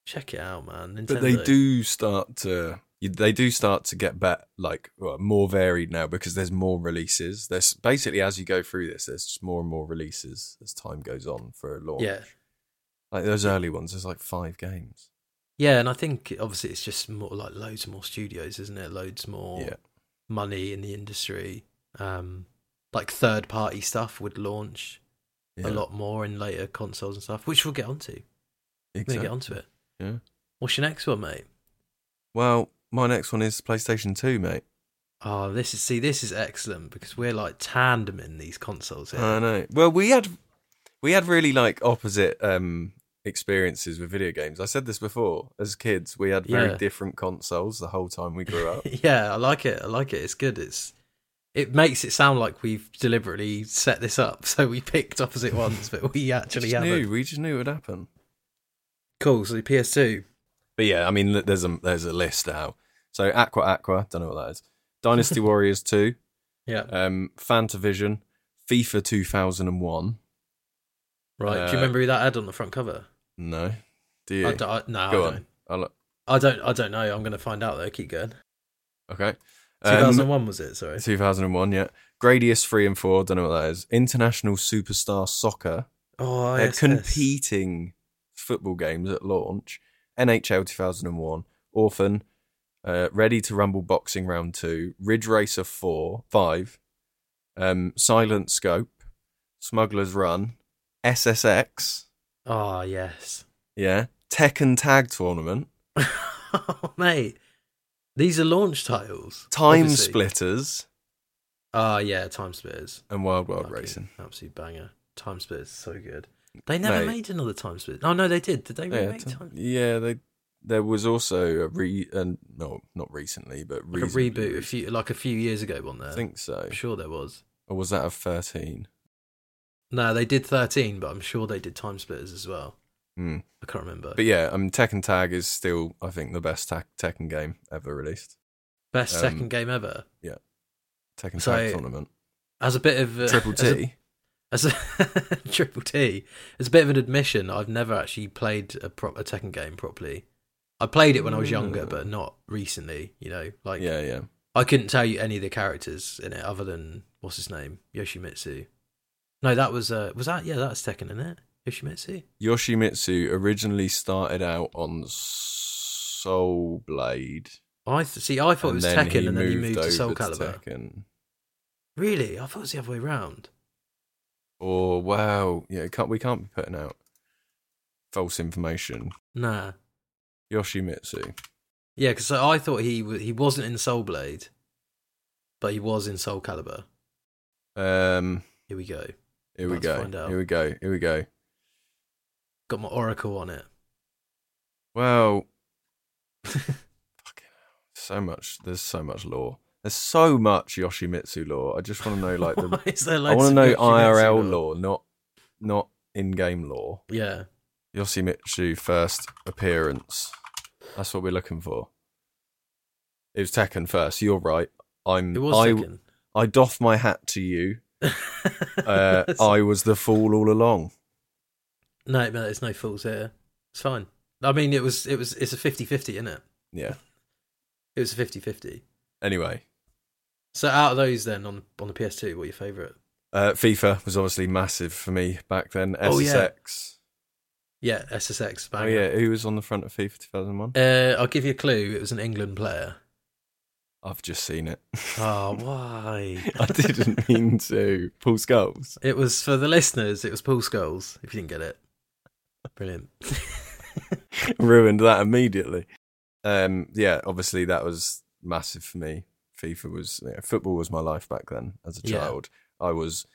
[SPEAKER 1] Check it out, man!
[SPEAKER 2] But they
[SPEAKER 1] Nintendo.
[SPEAKER 2] do start to you- they do start to get better, like well, more varied now because there's more releases. There's basically as you go through this, there's just more and more releases as time goes on for a launch.
[SPEAKER 1] Yeah.
[SPEAKER 2] like those early ones. There's like five games.
[SPEAKER 1] yeah, and I think obviously it's just more like loads more studios, isn't it? Loads more
[SPEAKER 2] Yeah,
[SPEAKER 1] money in the industry. Um, like third party stuff would launch
[SPEAKER 2] yeah,
[SPEAKER 1] a lot more in later consoles and stuff, which we'll get onto. We're gonna
[SPEAKER 2] Exactly.
[SPEAKER 1] get onto it.
[SPEAKER 2] Yeah.
[SPEAKER 1] What's your next one, mate?
[SPEAKER 2] Well, my next one is PlayStation Two, mate.
[SPEAKER 1] Oh, this is see, this is excellent because we're like tandem in these consoles here.
[SPEAKER 2] I know. Well, we had we had really like opposite um experiences with video games. I said this before. As kids, we had very
[SPEAKER 1] Yeah.
[SPEAKER 2] different consoles the whole time we grew up.
[SPEAKER 1] yeah, I like it. I like it. It's good. It's it makes it sound like we've deliberately set this up, so we picked opposite ones, but we actually
[SPEAKER 2] we just
[SPEAKER 1] haven't.
[SPEAKER 2] knew. We just knew it would happen.
[SPEAKER 1] Cool. So PS2.
[SPEAKER 2] But yeah, I mean, there's a there's a list now. So Aqua Aqua, don't know what that is. Dynasty Warriors Two,
[SPEAKER 1] Yeah.
[SPEAKER 2] um, Fantavision, FIFA 2001.
[SPEAKER 1] Right.
[SPEAKER 2] uh,
[SPEAKER 1] Do you remember who that had on the front cover?
[SPEAKER 2] No, do you?
[SPEAKER 1] I don't, I, no,
[SPEAKER 2] Go
[SPEAKER 1] I
[SPEAKER 2] on.
[SPEAKER 1] don't.
[SPEAKER 2] I'll-
[SPEAKER 1] I don't. I don't know. I'm going to find out though. Keep going.
[SPEAKER 2] okay. Um,
[SPEAKER 1] 2001 was it? Sorry.
[SPEAKER 2] 2001, yeah. Gradius 3 and 4, don't know what that is. International Superstar Soccer.
[SPEAKER 1] Oh,
[SPEAKER 2] They're
[SPEAKER 1] yes, yes.
[SPEAKER 2] competing football games at launch. NHL 2001, Orphan, uh, Ready to Rumble Boxing Round 2, Ridge Racer 4, 5, um, Silent Scope, Smuggler's Run, SSX,
[SPEAKER 1] Oh yes.
[SPEAKER 2] yeah, Tekken Tag Tournament,
[SPEAKER 1] mate, these are launch titles.
[SPEAKER 2] Time
[SPEAKER 1] obviously.
[SPEAKER 2] Splitters,
[SPEAKER 1] Ah, yeah, Time Splitters.
[SPEAKER 2] and Wild Wild
[SPEAKER 1] Fucking
[SPEAKER 2] Racing.
[SPEAKER 1] Absolute banger. Time Splitters, so good. They never
[SPEAKER 2] Mate.
[SPEAKER 1] made another Time Splitters. Oh, no, they did. Did they
[SPEAKER 2] Yeah,
[SPEAKER 1] remake
[SPEAKER 2] t-
[SPEAKER 1] Time
[SPEAKER 2] yeah, they. There was also a re, and no, not recently, but
[SPEAKER 1] Like a
[SPEAKER 2] reasonably
[SPEAKER 1] reboot a
[SPEAKER 2] recent-
[SPEAKER 1] few, like a few years ago, wasn't there?
[SPEAKER 2] I think so.
[SPEAKER 1] I'm sure there was.
[SPEAKER 2] Or was that a thirteen?
[SPEAKER 1] No, they did 13, but I'm sure they did Time Splitters as well.
[SPEAKER 2] Hmm.
[SPEAKER 1] I can't remember.
[SPEAKER 2] But yeah, I mean, Tekken Tag is still, I think, the best ta- Tekken game ever released.
[SPEAKER 1] Best
[SPEAKER 2] um,
[SPEAKER 1] second game ever.
[SPEAKER 2] Tekken
[SPEAKER 1] So-
[SPEAKER 2] Tag tournament,
[SPEAKER 1] As a bit of. uh,
[SPEAKER 2] Triple
[SPEAKER 1] as a-
[SPEAKER 2] T.
[SPEAKER 1] As a, Triple T. As a bit of an admission, I've never actually played a, pro- a Tekken game properly. I played it when I was younger,
[SPEAKER 2] Mm.
[SPEAKER 1] but not recently, you know? Like,
[SPEAKER 2] yeah, yeah.
[SPEAKER 1] I couldn't tell you any of the characters in it other than what's his name, Yoshimitsu. No, that was uh, was that yeah, that's Tekken in it, Yoshimitsu.
[SPEAKER 2] Yoshimitsu originally started out on Soul Blade.
[SPEAKER 1] I th- see. I thought it was Tekken, and then he moved to
[SPEAKER 2] over
[SPEAKER 1] Soul Calibur.
[SPEAKER 2] Tekken.
[SPEAKER 1] really, I thought it was the other way around.
[SPEAKER 2] Or Oh, wow, yeah, it can't, we can't be putting out false information.
[SPEAKER 1] Nah,
[SPEAKER 2] Yoshimitsu.
[SPEAKER 1] yeah, because I thought he wa he wasn't in Soul Blade, but he was in Soul Calibur.
[SPEAKER 2] Um,
[SPEAKER 1] Here we go.
[SPEAKER 2] here we
[SPEAKER 1] Let's find
[SPEAKER 2] go.
[SPEAKER 1] out.
[SPEAKER 2] Here we go. Here we go.
[SPEAKER 1] Got my Oracle on it.
[SPEAKER 2] Well, fucking hell. so much. There's so much lore. There's so much Yoshimitsu lore. I just want to know like the.
[SPEAKER 1] Why is there
[SPEAKER 2] I
[SPEAKER 1] loads of
[SPEAKER 2] want to know
[SPEAKER 1] Yoshimitsu
[SPEAKER 2] IRL
[SPEAKER 1] lore?
[SPEAKER 2] lore, not not in-game lore.
[SPEAKER 1] Yeah,
[SPEAKER 2] Yoshimitsu first appearance. That's what we're looking for. It was Tekken first. You're right. I'm.
[SPEAKER 1] it was
[SPEAKER 2] Um, I
[SPEAKER 1] Tekken.
[SPEAKER 2] I doff my hat to you. Uh, I was the fool all along.
[SPEAKER 1] No, no, there's no fools here. It's fine. I mean, it was, it was, it's a 50 50, isn't it?
[SPEAKER 2] Yeah.
[SPEAKER 1] It was a 50 50.
[SPEAKER 2] Anyway,
[SPEAKER 1] So, out of those, then on on the PS2, what are your favourite?
[SPEAKER 2] uh, FIFA was obviously massive for me back then. SSX.
[SPEAKER 1] Oh, yeah. Yeah, SSX.
[SPEAKER 2] Oh
[SPEAKER 1] Banger.
[SPEAKER 2] yeah, who was on the front of FIFA 2001?
[SPEAKER 1] Uh, I'll give you a clue. It was an England player.
[SPEAKER 2] I've just seen it.
[SPEAKER 1] Oh, why?
[SPEAKER 2] I didn't mean to. Paul Scholes.
[SPEAKER 1] It was for the listeners. It was Paul Scholes. If you didn't get it, brilliant.
[SPEAKER 2] Ruined that immediately. Um, yeah, obviously that was massive for me. FIFA was yeah, football was my life back then as a
[SPEAKER 1] Yeah.
[SPEAKER 2] child. I was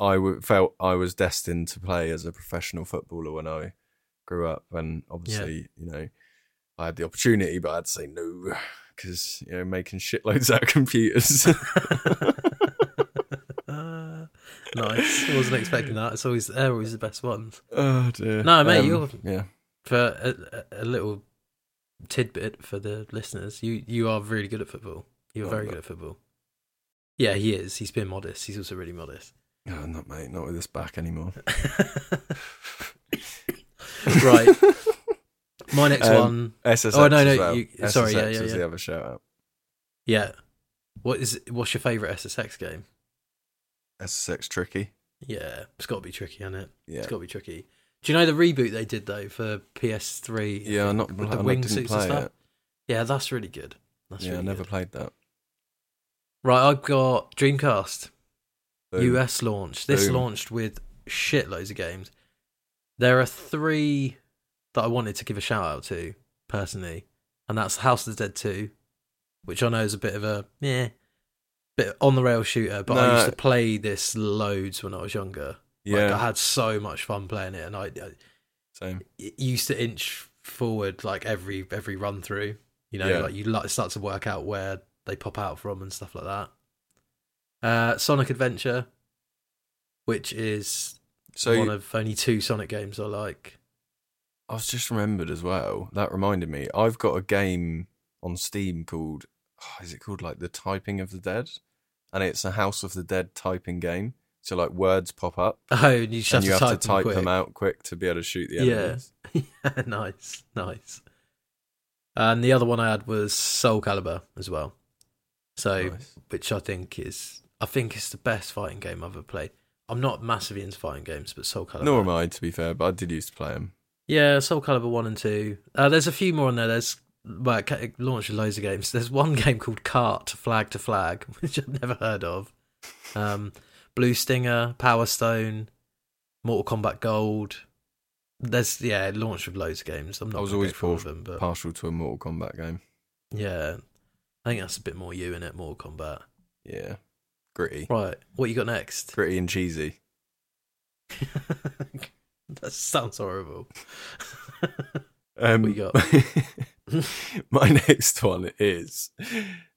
[SPEAKER 2] I w- felt I was destined to play as a professional footballer when I grew up and obviously, you know, I had the opportunity but I'd say no cuz you know making shitloads out of computers.
[SPEAKER 1] Uh, nice. I wasn't expecting that. It's always they're always the best ones.
[SPEAKER 2] Oh dear.
[SPEAKER 1] No, mate,
[SPEAKER 2] Um,
[SPEAKER 1] you're-
[SPEAKER 2] yeah.
[SPEAKER 1] For a, a a little tidbit for the listeners, you you are really good at football. You're
[SPEAKER 2] Oh,
[SPEAKER 1] very
[SPEAKER 2] no.
[SPEAKER 1] good at football. Yeah, he is. He's been modest. He's also really modest.
[SPEAKER 2] Oh, not mate, not with this back anymore.
[SPEAKER 1] right. My next
[SPEAKER 2] Um,
[SPEAKER 1] one.
[SPEAKER 2] SSX.
[SPEAKER 1] Oh, no, no,
[SPEAKER 2] as well.
[SPEAKER 1] you-
[SPEAKER 2] SSX
[SPEAKER 1] sorry, yeah, yeah,
[SPEAKER 2] is
[SPEAKER 1] yeah.
[SPEAKER 2] the other shout out.
[SPEAKER 1] Yeah. What is what's your favorite SSX game?
[SPEAKER 2] SSX tricky.
[SPEAKER 1] Yeah, it's got to be tricky, isn't it?
[SPEAKER 2] Yeah.
[SPEAKER 1] It's got to be tricky. Do you know the reboot they did though for PS3?
[SPEAKER 2] Yeah, I'm not. With
[SPEAKER 1] the
[SPEAKER 2] I
[SPEAKER 1] wingsuits
[SPEAKER 2] didn't
[SPEAKER 1] and
[SPEAKER 2] play
[SPEAKER 1] stuff?
[SPEAKER 2] it.
[SPEAKER 1] Yeah, that's really good. That's
[SPEAKER 2] yeah,
[SPEAKER 1] really
[SPEAKER 2] I never
[SPEAKER 1] good.
[SPEAKER 2] played that.
[SPEAKER 1] Right, I've got Dreamcast
[SPEAKER 2] Boom.
[SPEAKER 1] US launch. This
[SPEAKER 2] Boom.
[SPEAKER 1] launched with shitloads of games. There are three that I wanted to give a shout out to personally, and that's House of the Dead Two, which I know is a bit of a yeah, bit on the rail shooter. But I
[SPEAKER 2] No.
[SPEAKER 1] used to play this loads when I was younger.
[SPEAKER 2] Yeah,
[SPEAKER 1] Like, I had so much fun playing it, and I, I
[SPEAKER 2] same.
[SPEAKER 1] it used to inch forward like every every run through. You know,
[SPEAKER 2] Yeah.
[SPEAKER 1] like you like start to work out where they pop out from and stuff like that. Uh, Sonic Adventure, which is
[SPEAKER 2] So
[SPEAKER 1] one of only two Sonic games I like.
[SPEAKER 2] I was just remembered as well. That reminded me. I've got a game on Steam called oh, is it called like The Typing of the Dead? And it's a House of the Dead typing game. So like words pop up
[SPEAKER 1] Oh, and you just
[SPEAKER 2] and
[SPEAKER 1] have
[SPEAKER 2] you
[SPEAKER 1] to type,
[SPEAKER 2] have to type
[SPEAKER 1] them,
[SPEAKER 2] them out quick to be able to shoot the
[SPEAKER 1] Yeah.
[SPEAKER 2] enemies.
[SPEAKER 1] out. nice, nice. And the other one I had was Soul Calibur as well. So,
[SPEAKER 2] Nice.
[SPEAKER 1] which I think is, I think it's the best fighting game I've ever played. I'm not massively into fighting games, but Soul Calibur.
[SPEAKER 2] Nor am I, to be fair, but I did used to play them.
[SPEAKER 1] Yeah, Soul Calibur one and two. Uh, there's a few more on there. There's well, it ca- it launched loads of games. There's one game called Cart Flag to Flag, which I've never heard of. Um, Blue Stinger, Power Stone, Mortal Kombat Gold. There's yeah, it launched with loads of games. I'm not.
[SPEAKER 2] I was
[SPEAKER 1] gonna
[SPEAKER 2] always
[SPEAKER 1] go through all of
[SPEAKER 2] por-
[SPEAKER 1] them, but
[SPEAKER 2] Partial to a Mortal Kombat game.
[SPEAKER 1] yeah, I think that's a bit more you in it, Mortal Kombat.
[SPEAKER 2] Yeah. Gritty.
[SPEAKER 1] Right, what you got next?
[SPEAKER 2] Gritty and cheesy.
[SPEAKER 1] that sounds horrible.
[SPEAKER 2] Um,
[SPEAKER 1] What you got?
[SPEAKER 2] my next one is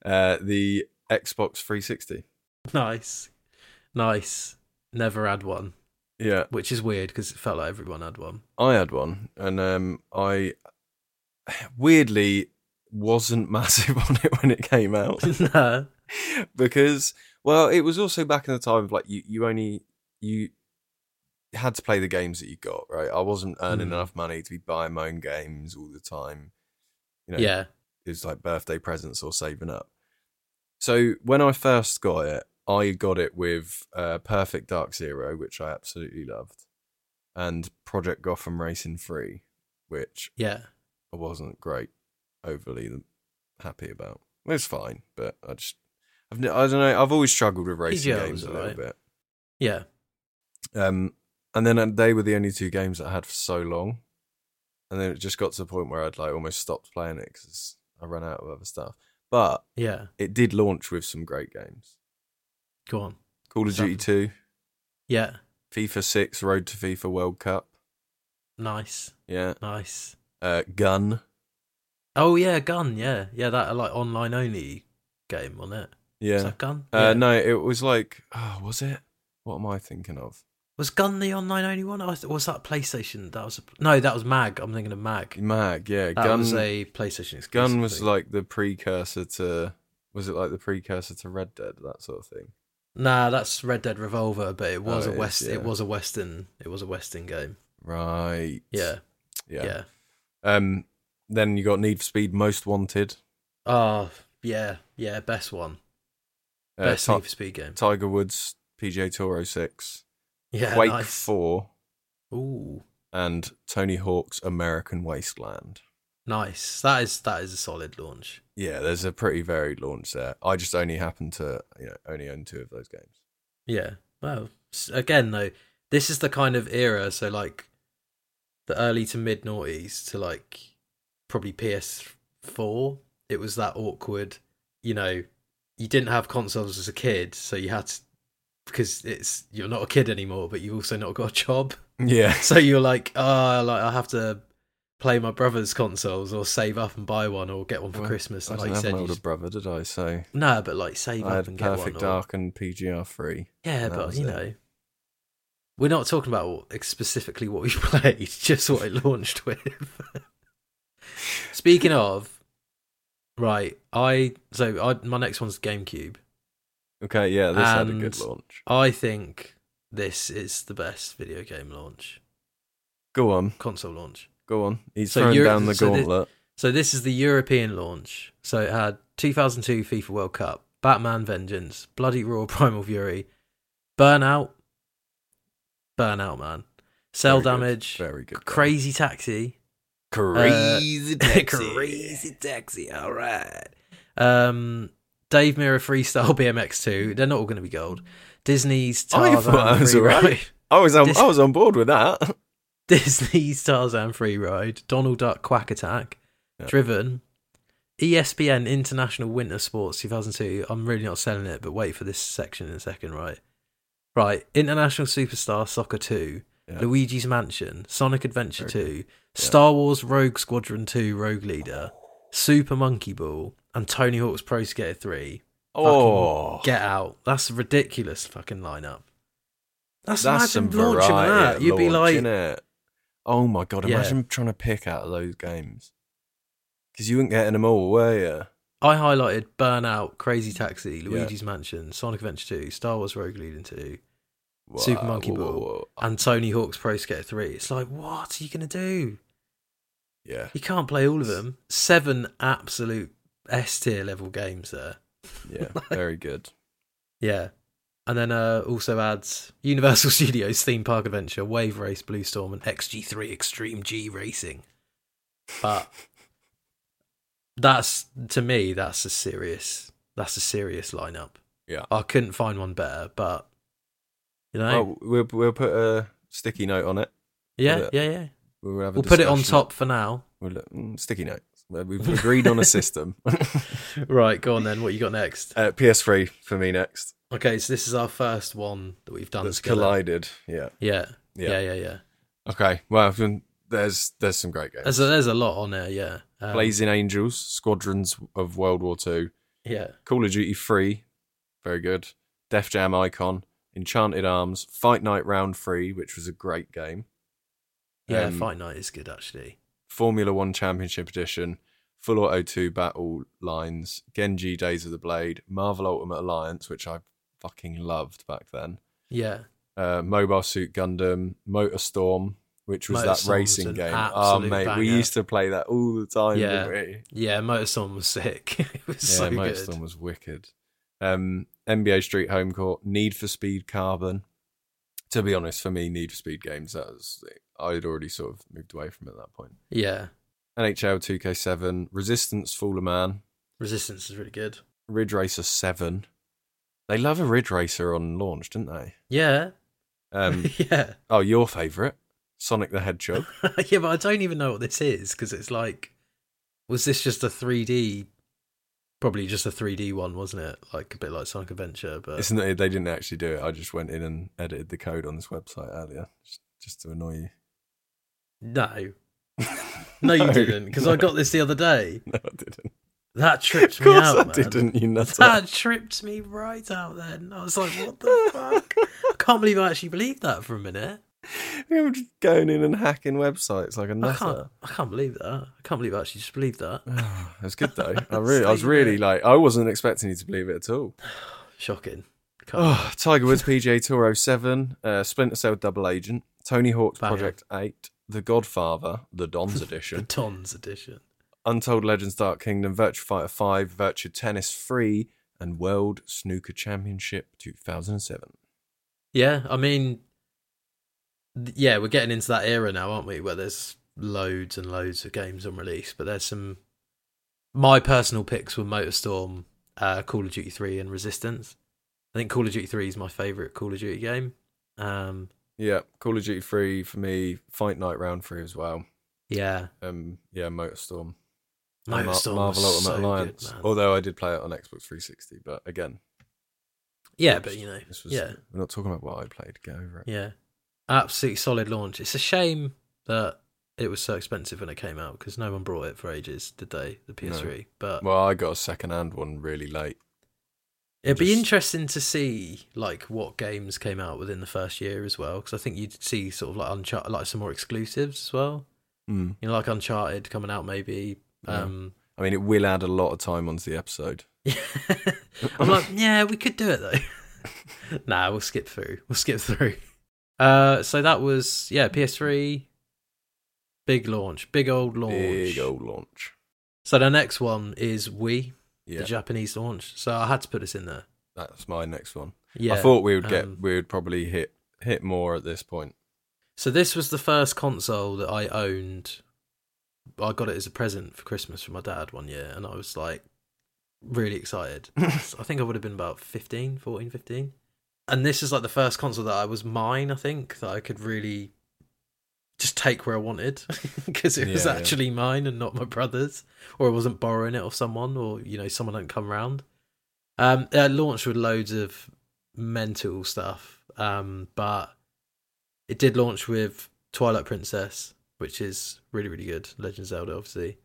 [SPEAKER 2] uh, the Xbox 360.
[SPEAKER 1] nice, nice. Never had one.
[SPEAKER 2] Yeah,
[SPEAKER 1] which is weird because it felt like everyone had one.
[SPEAKER 2] I had one, and um, I weirdly wasn't massive on it when it came out
[SPEAKER 1] no,
[SPEAKER 2] because, well, it was also back in the time of like you, you only you had to play the games that you got right. I wasn't earning
[SPEAKER 1] Mm.
[SPEAKER 2] enough money to be buying my own games all the time. You know,
[SPEAKER 1] yeah,
[SPEAKER 2] it was like birthday presents or saving up. So when I first got it, I got it with uh, Perfect Dark Zero, which I absolutely loved, and Project Gotham Racing 3, which
[SPEAKER 1] yeah,
[SPEAKER 2] I wasn't great, overly happy about. It was fine, but I just, I've, ni don't know, I've always struggled with racing
[SPEAKER 1] PGR was
[SPEAKER 2] games a little
[SPEAKER 1] alright.
[SPEAKER 2] bit.
[SPEAKER 1] yeah.
[SPEAKER 2] Um, and then uh, they were the only two games that I had for so long, and then it just got to the point where I'd like almost stopped playing it because I ran out of other stuff. But
[SPEAKER 1] Yeah,
[SPEAKER 2] it did launch with some great games.
[SPEAKER 1] go on.
[SPEAKER 2] Call of
[SPEAKER 1] Some.
[SPEAKER 2] Duty 2,
[SPEAKER 1] Yeah,
[SPEAKER 2] FIFA 6, Road to FIFA World Cup.
[SPEAKER 1] nice,
[SPEAKER 2] Yeah.
[SPEAKER 1] nice.
[SPEAKER 2] Uh, Gun.
[SPEAKER 1] Oh yeah, gun. Yeah, yeah. That uh, like online only game on it.
[SPEAKER 2] Yeah.
[SPEAKER 1] Was that gun?
[SPEAKER 2] Uh,
[SPEAKER 1] yeah.
[SPEAKER 2] No, it was like, oh, was it? What am I thinking of?
[SPEAKER 1] Was gun the online only one? Or was- was that PlayStation? That was a, no, that was Mag. I'm thinking of Mag.
[SPEAKER 2] Mag, yeah.
[SPEAKER 1] That
[SPEAKER 2] Gun
[SPEAKER 1] was a PlayStation exclusive.
[SPEAKER 2] Gun was
[SPEAKER 1] thing.
[SPEAKER 2] like the precursor to. Was it like the precursor to Red Dead, that sort of thing?
[SPEAKER 1] nah, that's Red Dead Revolver, but it was
[SPEAKER 2] Oh,
[SPEAKER 1] a
[SPEAKER 2] it is,
[SPEAKER 1] west.
[SPEAKER 2] yeah.
[SPEAKER 1] It was a western. It was a western game.
[SPEAKER 2] Right.
[SPEAKER 1] Yeah, yeah.
[SPEAKER 2] Yeah.
[SPEAKER 1] yeah.
[SPEAKER 2] Um, then you got Need for Speed Most Wanted.
[SPEAKER 1] Oh yeah, yeah. Best one.
[SPEAKER 2] Uh,
[SPEAKER 1] Best
[SPEAKER 2] Ti-
[SPEAKER 1] Need for Speed game.
[SPEAKER 2] Tiger Woods PGA Tour 06.
[SPEAKER 1] Yeah,
[SPEAKER 2] Quake
[SPEAKER 1] nice.
[SPEAKER 2] 4.
[SPEAKER 1] Ooh,
[SPEAKER 2] and Tony Hawk's American Wasteland.
[SPEAKER 1] nice. That is that is a solid launch.
[SPEAKER 2] Yeah, there's a pretty varied launch there. I just only happen to, you know, only own two of those games.
[SPEAKER 1] Yeah. Well, s- again though, this is the kind of era. So like, the early to mid noughties to like probably PS4. It was that awkward. You know, you didn't have consoles as a kid, so you had to because it's you're not a kid anymore, but you also not got a job.
[SPEAKER 2] Yeah.
[SPEAKER 1] so you're like, oh, like I have to play my brother's consoles or save up and buy one or get one for
[SPEAKER 2] Well,
[SPEAKER 1] Christmas.
[SPEAKER 2] I
[SPEAKER 1] And
[SPEAKER 2] didn't
[SPEAKER 1] like you
[SPEAKER 2] have
[SPEAKER 1] said,
[SPEAKER 2] an
[SPEAKER 1] you
[SPEAKER 2] older
[SPEAKER 1] just-
[SPEAKER 2] brother, did I? So
[SPEAKER 1] No, but like save
[SPEAKER 2] I
[SPEAKER 1] up
[SPEAKER 2] had
[SPEAKER 1] and get one.
[SPEAKER 2] Perfect
[SPEAKER 1] or-
[SPEAKER 2] Dark and PGR 3.
[SPEAKER 1] Yeah,
[SPEAKER 2] and that
[SPEAKER 1] but
[SPEAKER 2] was
[SPEAKER 1] you
[SPEAKER 2] it.
[SPEAKER 1] know, We're not talking about what- specifically what we played, just what it launched with. Speaking of, right, I so I, my next one's GameCube.
[SPEAKER 2] Okay, yeah, this had a
[SPEAKER 1] And-
[SPEAKER 2] good launch.
[SPEAKER 1] I think this is the best video game launch,
[SPEAKER 2] Go on,
[SPEAKER 1] console launch.
[SPEAKER 2] go on. He's
[SPEAKER 1] So
[SPEAKER 2] throwing
[SPEAKER 1] you're-
[SPEAKER 2] down the
[SPEAKER 1] so the-
[SPEAKER 2] gauntlet.
[SPEAKER 1] So this is the European launch. So it had 2002 FIFA World Cup, Batman Vengeance, Bloody Raw Primal Fury, Burnout, Burnout Man, Cell
[SPEAKER 2] Very good,
[SPEAKER 1] Damage,
[SPEAKER 2] Very good.
[SPEAKER 1] Crazy Taxi,
[SPEAKER 2] Crazy taxi.
[SPEAKER 1] Crazy Taxi. All right. Um, Dave Mirror Freestyle BMX 2. They're not all going to be gold. Disney's
[SPEAKER 2] I
[SPEAKER 1] Tarzan
[SPEAKER 2] thought I was
[SPEAKER 1] Free
[SPEAKER 2] all right.
[SPEAKER 1] Ride.
[SPEAKER 2] I was on,
[SPEAKER 1] This-
[SPEAKER 2] I was on board with that.
[SPEAKER 1] Disney's Tarzan Free Ride, Donald Duck Quack Attack,
[SPEAKER 2] Yeah.
[SPEAKER 1] Driven, E ESPN International Winter Sports 2002. I'm really not selling it, but wait for this section in a second, right? Right, International Superstar Soccer 2,
[SPEAKER 2] Yeah.
[SPEAKER 1] Luigi's Mansion, Sonic Adventure 2,
[SPEAKER 2] Very
[SPEAKER 1] Star Wars Rogue Squadron 2 Rogue Leader, Super Monkey Ball, and Tony Hawk's Pro Skater 3.
[SPEAKER 2] Oh,
[SPEAKER 1] Get out. That's a ridiculous fucking lineup. That's,
[SPEAKER 2] that's some
[SPEAKER 1] imagine launching
[SPEAKER 2] variety.
[SPEAKER 1] that.
[SPEAKER 2] at
[SPEAKER 1] You'd be
[SPEAKER 2] launch,
[SPEAKER 1] like,
[SPEAKER 2] innit? oh my god!
[SPEAKER 1] Yeah.
[SPEAKER 2] Imagine trying to pick out of those games because you weren't getting them all, were you?
[SPEAKER 1] I highlighted Burnout, Crazy Taxi, Luigi's Mansion, Sonic Adventure 2, Star Wars Rogue Leader 2, Super Monkey Ball. and Tony Hawk's Pro Skater 3. It's like, what are you going to do?
[SPEAKER 2] Yeah,
[SPEAKER 1] You can't play all of them. Seven absolute S tier level games there.
[SPEAKER 2] yeah, very good.
[SPEAKER 1] Yeah. And then uh, also adds Universal Studios Theme Park Adventure, Wave Race, Blue Storm, and XG3 Extreme G Racing. But that's to me, that's a serious, that's a serious lineup.
[SPEAKER 2] Yeah.
[SPEAKER 1] I couldn't find one better, but you know,
[SPEAKER 2] Well, we'll we'll put a sticky note on it.
[SPEAKER 1] yeah,
[SPEAKER 2] yeah.
[SPEAKER 1] yeah, yeah.
[SPEAKER 2] We'll, have a
[SPEAKER 1] We'll put it on
[SPEAKER 2] discussion.
[SPEAKER 1] top for now.
[SPEAKER 2] We'll, mm, sticky notes. Well, We've agreed on a system.
[SPEAKER 1] Right, go on then. What you got next?
[SPEAKER 2] uh, PS3 for me next.
[SPEAKER 1] Okay, so this is our first one that we've done
[SPEAKER 2] That's
[SPEAKER 1] together.
[SPEAKER 2] collided. Yeah.
[SPEAKER 1] Yeah,
[SPEAKER 2] Yeah.
[SPEAKER 1] yeah, yeah, yeah.
[SPEAKER 2] Okay. Well, then there's there's some great games.
[SPEAKER 1] There's a, there's a lot on there. Yeah, Um,
[SPEAKER 2] Blazing Angels, Squadrons of World War Two,
[SPEAKER 1] Yeah,
[SPEAKER 2] Call of Duty Free, very good. Def Jam Icon, Enchanted Arms, Fight Night Round Three, which was a great game.
[SPEAKER 1] yeah.
[SPEAKER 2] Um,
[SPEAKER 1] Fight Night is good actually.
[SPEAKER 2] Formula One Championship Edition, Full Auto 2 Battle Lines, Genji Days of the Blade, Marvel Ultimate Alliance, which I fucking loved back then,
[SPEAKER 1] Yeah,
[SPEAKER 2] uh, Mobile Suit Gundam, Motor Storm, which was
[SPEAKER 1] Motor
[SPEAKER 2] that
[SPEAKER 1] Storm was
[SPEAKER 2] racing
[SPEAKER 1] an
[SPEAKER 2] game. Oh,
[SPEAKER 1] absolute
[SPEAKER 2] mate, we
[SPEAKER 1] banger.
[SPEAKER 2] used to play that all the time,
[SPEAKER 1] Yeah.
[SPEAKER 2] didn't we?
[SPEAKER 1] yeah. Motorstorm was sick. it was so
[SPEAKER 2] Motor
[SPEAKER 1] good.
[SPEAKER 2] Storm was wicked. Um, NBA Street Home Court, Need for Speed Carbon. To be honest, for me, Need for Speed games, that was, I had already sort of moved away from it at that point.
[SPEAKER 1] Yeah,
[SPEAKER 2] NHL 2K7, Resistance Fall of Man,
[SPEAKER 1] Resistance is really good.
[SPEAKER 2] Ridge Racer 7. They love a Ridge Racer on launch, didn't they?
[SPEAKER 1] Yeah,
[SPEAKER 2] Um,
[SPEAKER 1] yeah,
[SPEAKER 2] oh, your favourite, Sonic the Hedgehog.
[SPEAKER 1] yeah. But I don't even know what this is because it's like, was this just a 3D? Probably just a 3D one, wasn't it? Like a bit like Sonic Adventure, but
[SPEAKER 2] It's not, they didn't actually do it. I just went in and edited the code on this website earlier, just, just to annoy
[SPEAKER 1] no,
[SPEAKER 2] you.
[SPEAKER 1] no, you didn't because I
[SPEAKER 2] no.
[SPEAKER 1] got this the other day.
[SPEAKER 2] No, I didn't.
[SPEAKER 1] That tripped me
[SPEAKER 2] of course
[SPEAKER 1] out,
[SPEAKER 2] I
[SPEAKER 1] man.
[SPEAKER 2] didn't. You nutter.
[SPEAKER 1] That tripped me right out. Then I was like, what the fuck? I can't believe I actually believed that for a minute.
[SPEAKER 2] You were just going in and hacking websites like a
[SPEAKER 1] I can't.
[SPEAKER 2] nutter.
[SPEAKER 1] I can't believe that. I can't believe I actually just believed that.
[SPEAKER 2] it was good though. I really, I was
[SPEAKER 1] Same
[SPEAKER 2] really
[SPEAKER 1] here.
[SPEAKER 2] like, I wasn't expecting you to believe it at all.
[SPEAKER 1] Shocking. Can't
[SPEAKER 2] Oh, Tiger Woods PGA Tour 07, uh, Splinter Cell Double Agent, Tony Hawk's
[SPEAKER 1] Banger.
[SPEAKER 2] Project 8, The Godfather, The Don's
[SPEAKER 1] the
[SPEAKER 2] Edition,
[SPEAKER 1] Don's edition.
[SPEAKER 2] Untold Legends Dark Kingdom, Virtua Fighter 5, Virtua Tennis 3, and World Snooker Championship 2007.
[SPEAKER 1] Yeah, I mean, th- yeah, we're getting into that era now, aren't we? Where there's loads and loads of games on release, but there's some. My personal picks were MotorStorm, uh, Call of Duty Three, and Resistance. I think Call of Duty Three is my favorite Call of Duty game. Um,
[SPEAKER 2] Yeah, Call of Duty 3 for me, Fight Night Round 3 as well.
[SPEAKER 1] yeah,
[SPEAKER 2] Um, yeah, MotorStorm. and Mar-
[SPEAKER 1] MotorStorm was so good, man.
[SPEAKER 2] Although I did play it on Xbox 360, but again,
[SPEAKER 1] yeah,
[SPEAKER 2] this-
[SPEAKER 1] but you know,
[SPEAKER 2] this was,
[SPEAKER 1] yeah,
[SPEAKER 2] we're not talking about what I played. Get over it.
[SPEAKER 1] yeah, absolutely solid launch. It's a shame that it was so expensive when it came out because no one bought it for ages, did they? The PS3, but
[SPEAKER 2] Well, I got a second hand one really late.
[SPEAKER 1] It'd be
[SPEAKER 2] Just-
[SPEAKER 1] interesting to see like what games came out within the first year as well, because I think you'd see sort of like Uncharted, like some more exclusives as well.
[SPEAKER 2] Mm.
[SPEAKER 1] You know, like Uncharted coming out maybe.
[SPEAKER 2] Yeah.
[SPEAKER 1] Um,
[SPEAKER 2] I mean, it will add a lot of time onto the episode.
[SPEAKER 1] I'm like, yeah, we could do it though. nah, we'll skip through. We'll skip through. Uh, so that was yeah, PS3, big launch, big old launch.
[SPEAKER 2] Big old launch.
[SPEAKER 1] So the next one is Wii,
[SPEAKER 2] Yeah,
[SPEAKER 1] the Japanese launch. So I had to put this in there.
[SPEAKER 2] that's my next one.
[SPEAKER 1] Yeah,
[SPEAKER 2] I thought we would get
[SPEAKER 1] um,
[SPEAKER 2] we would probably hit hit more at this point.
[SPEAKER 1] So this was the first console that I owned. I got it as a present for Christmas from my dad one year, and I was like really excited. So I think I would have been about 15, 14, 15. And this is like the first console that I was mine, I think, that I could really just take where I wanted because it was
[SPEAKER 2] Yeah, yeah.
[SPEAKER 1] actually mine and not my brother's, or I wasn't borrowing it off someone, or you know, someone hadn't come round. Um, it launched with loads of mental stuff, um, but it did launch with Twilight Princess, which is really, really good. Legend of Zelda, obviously.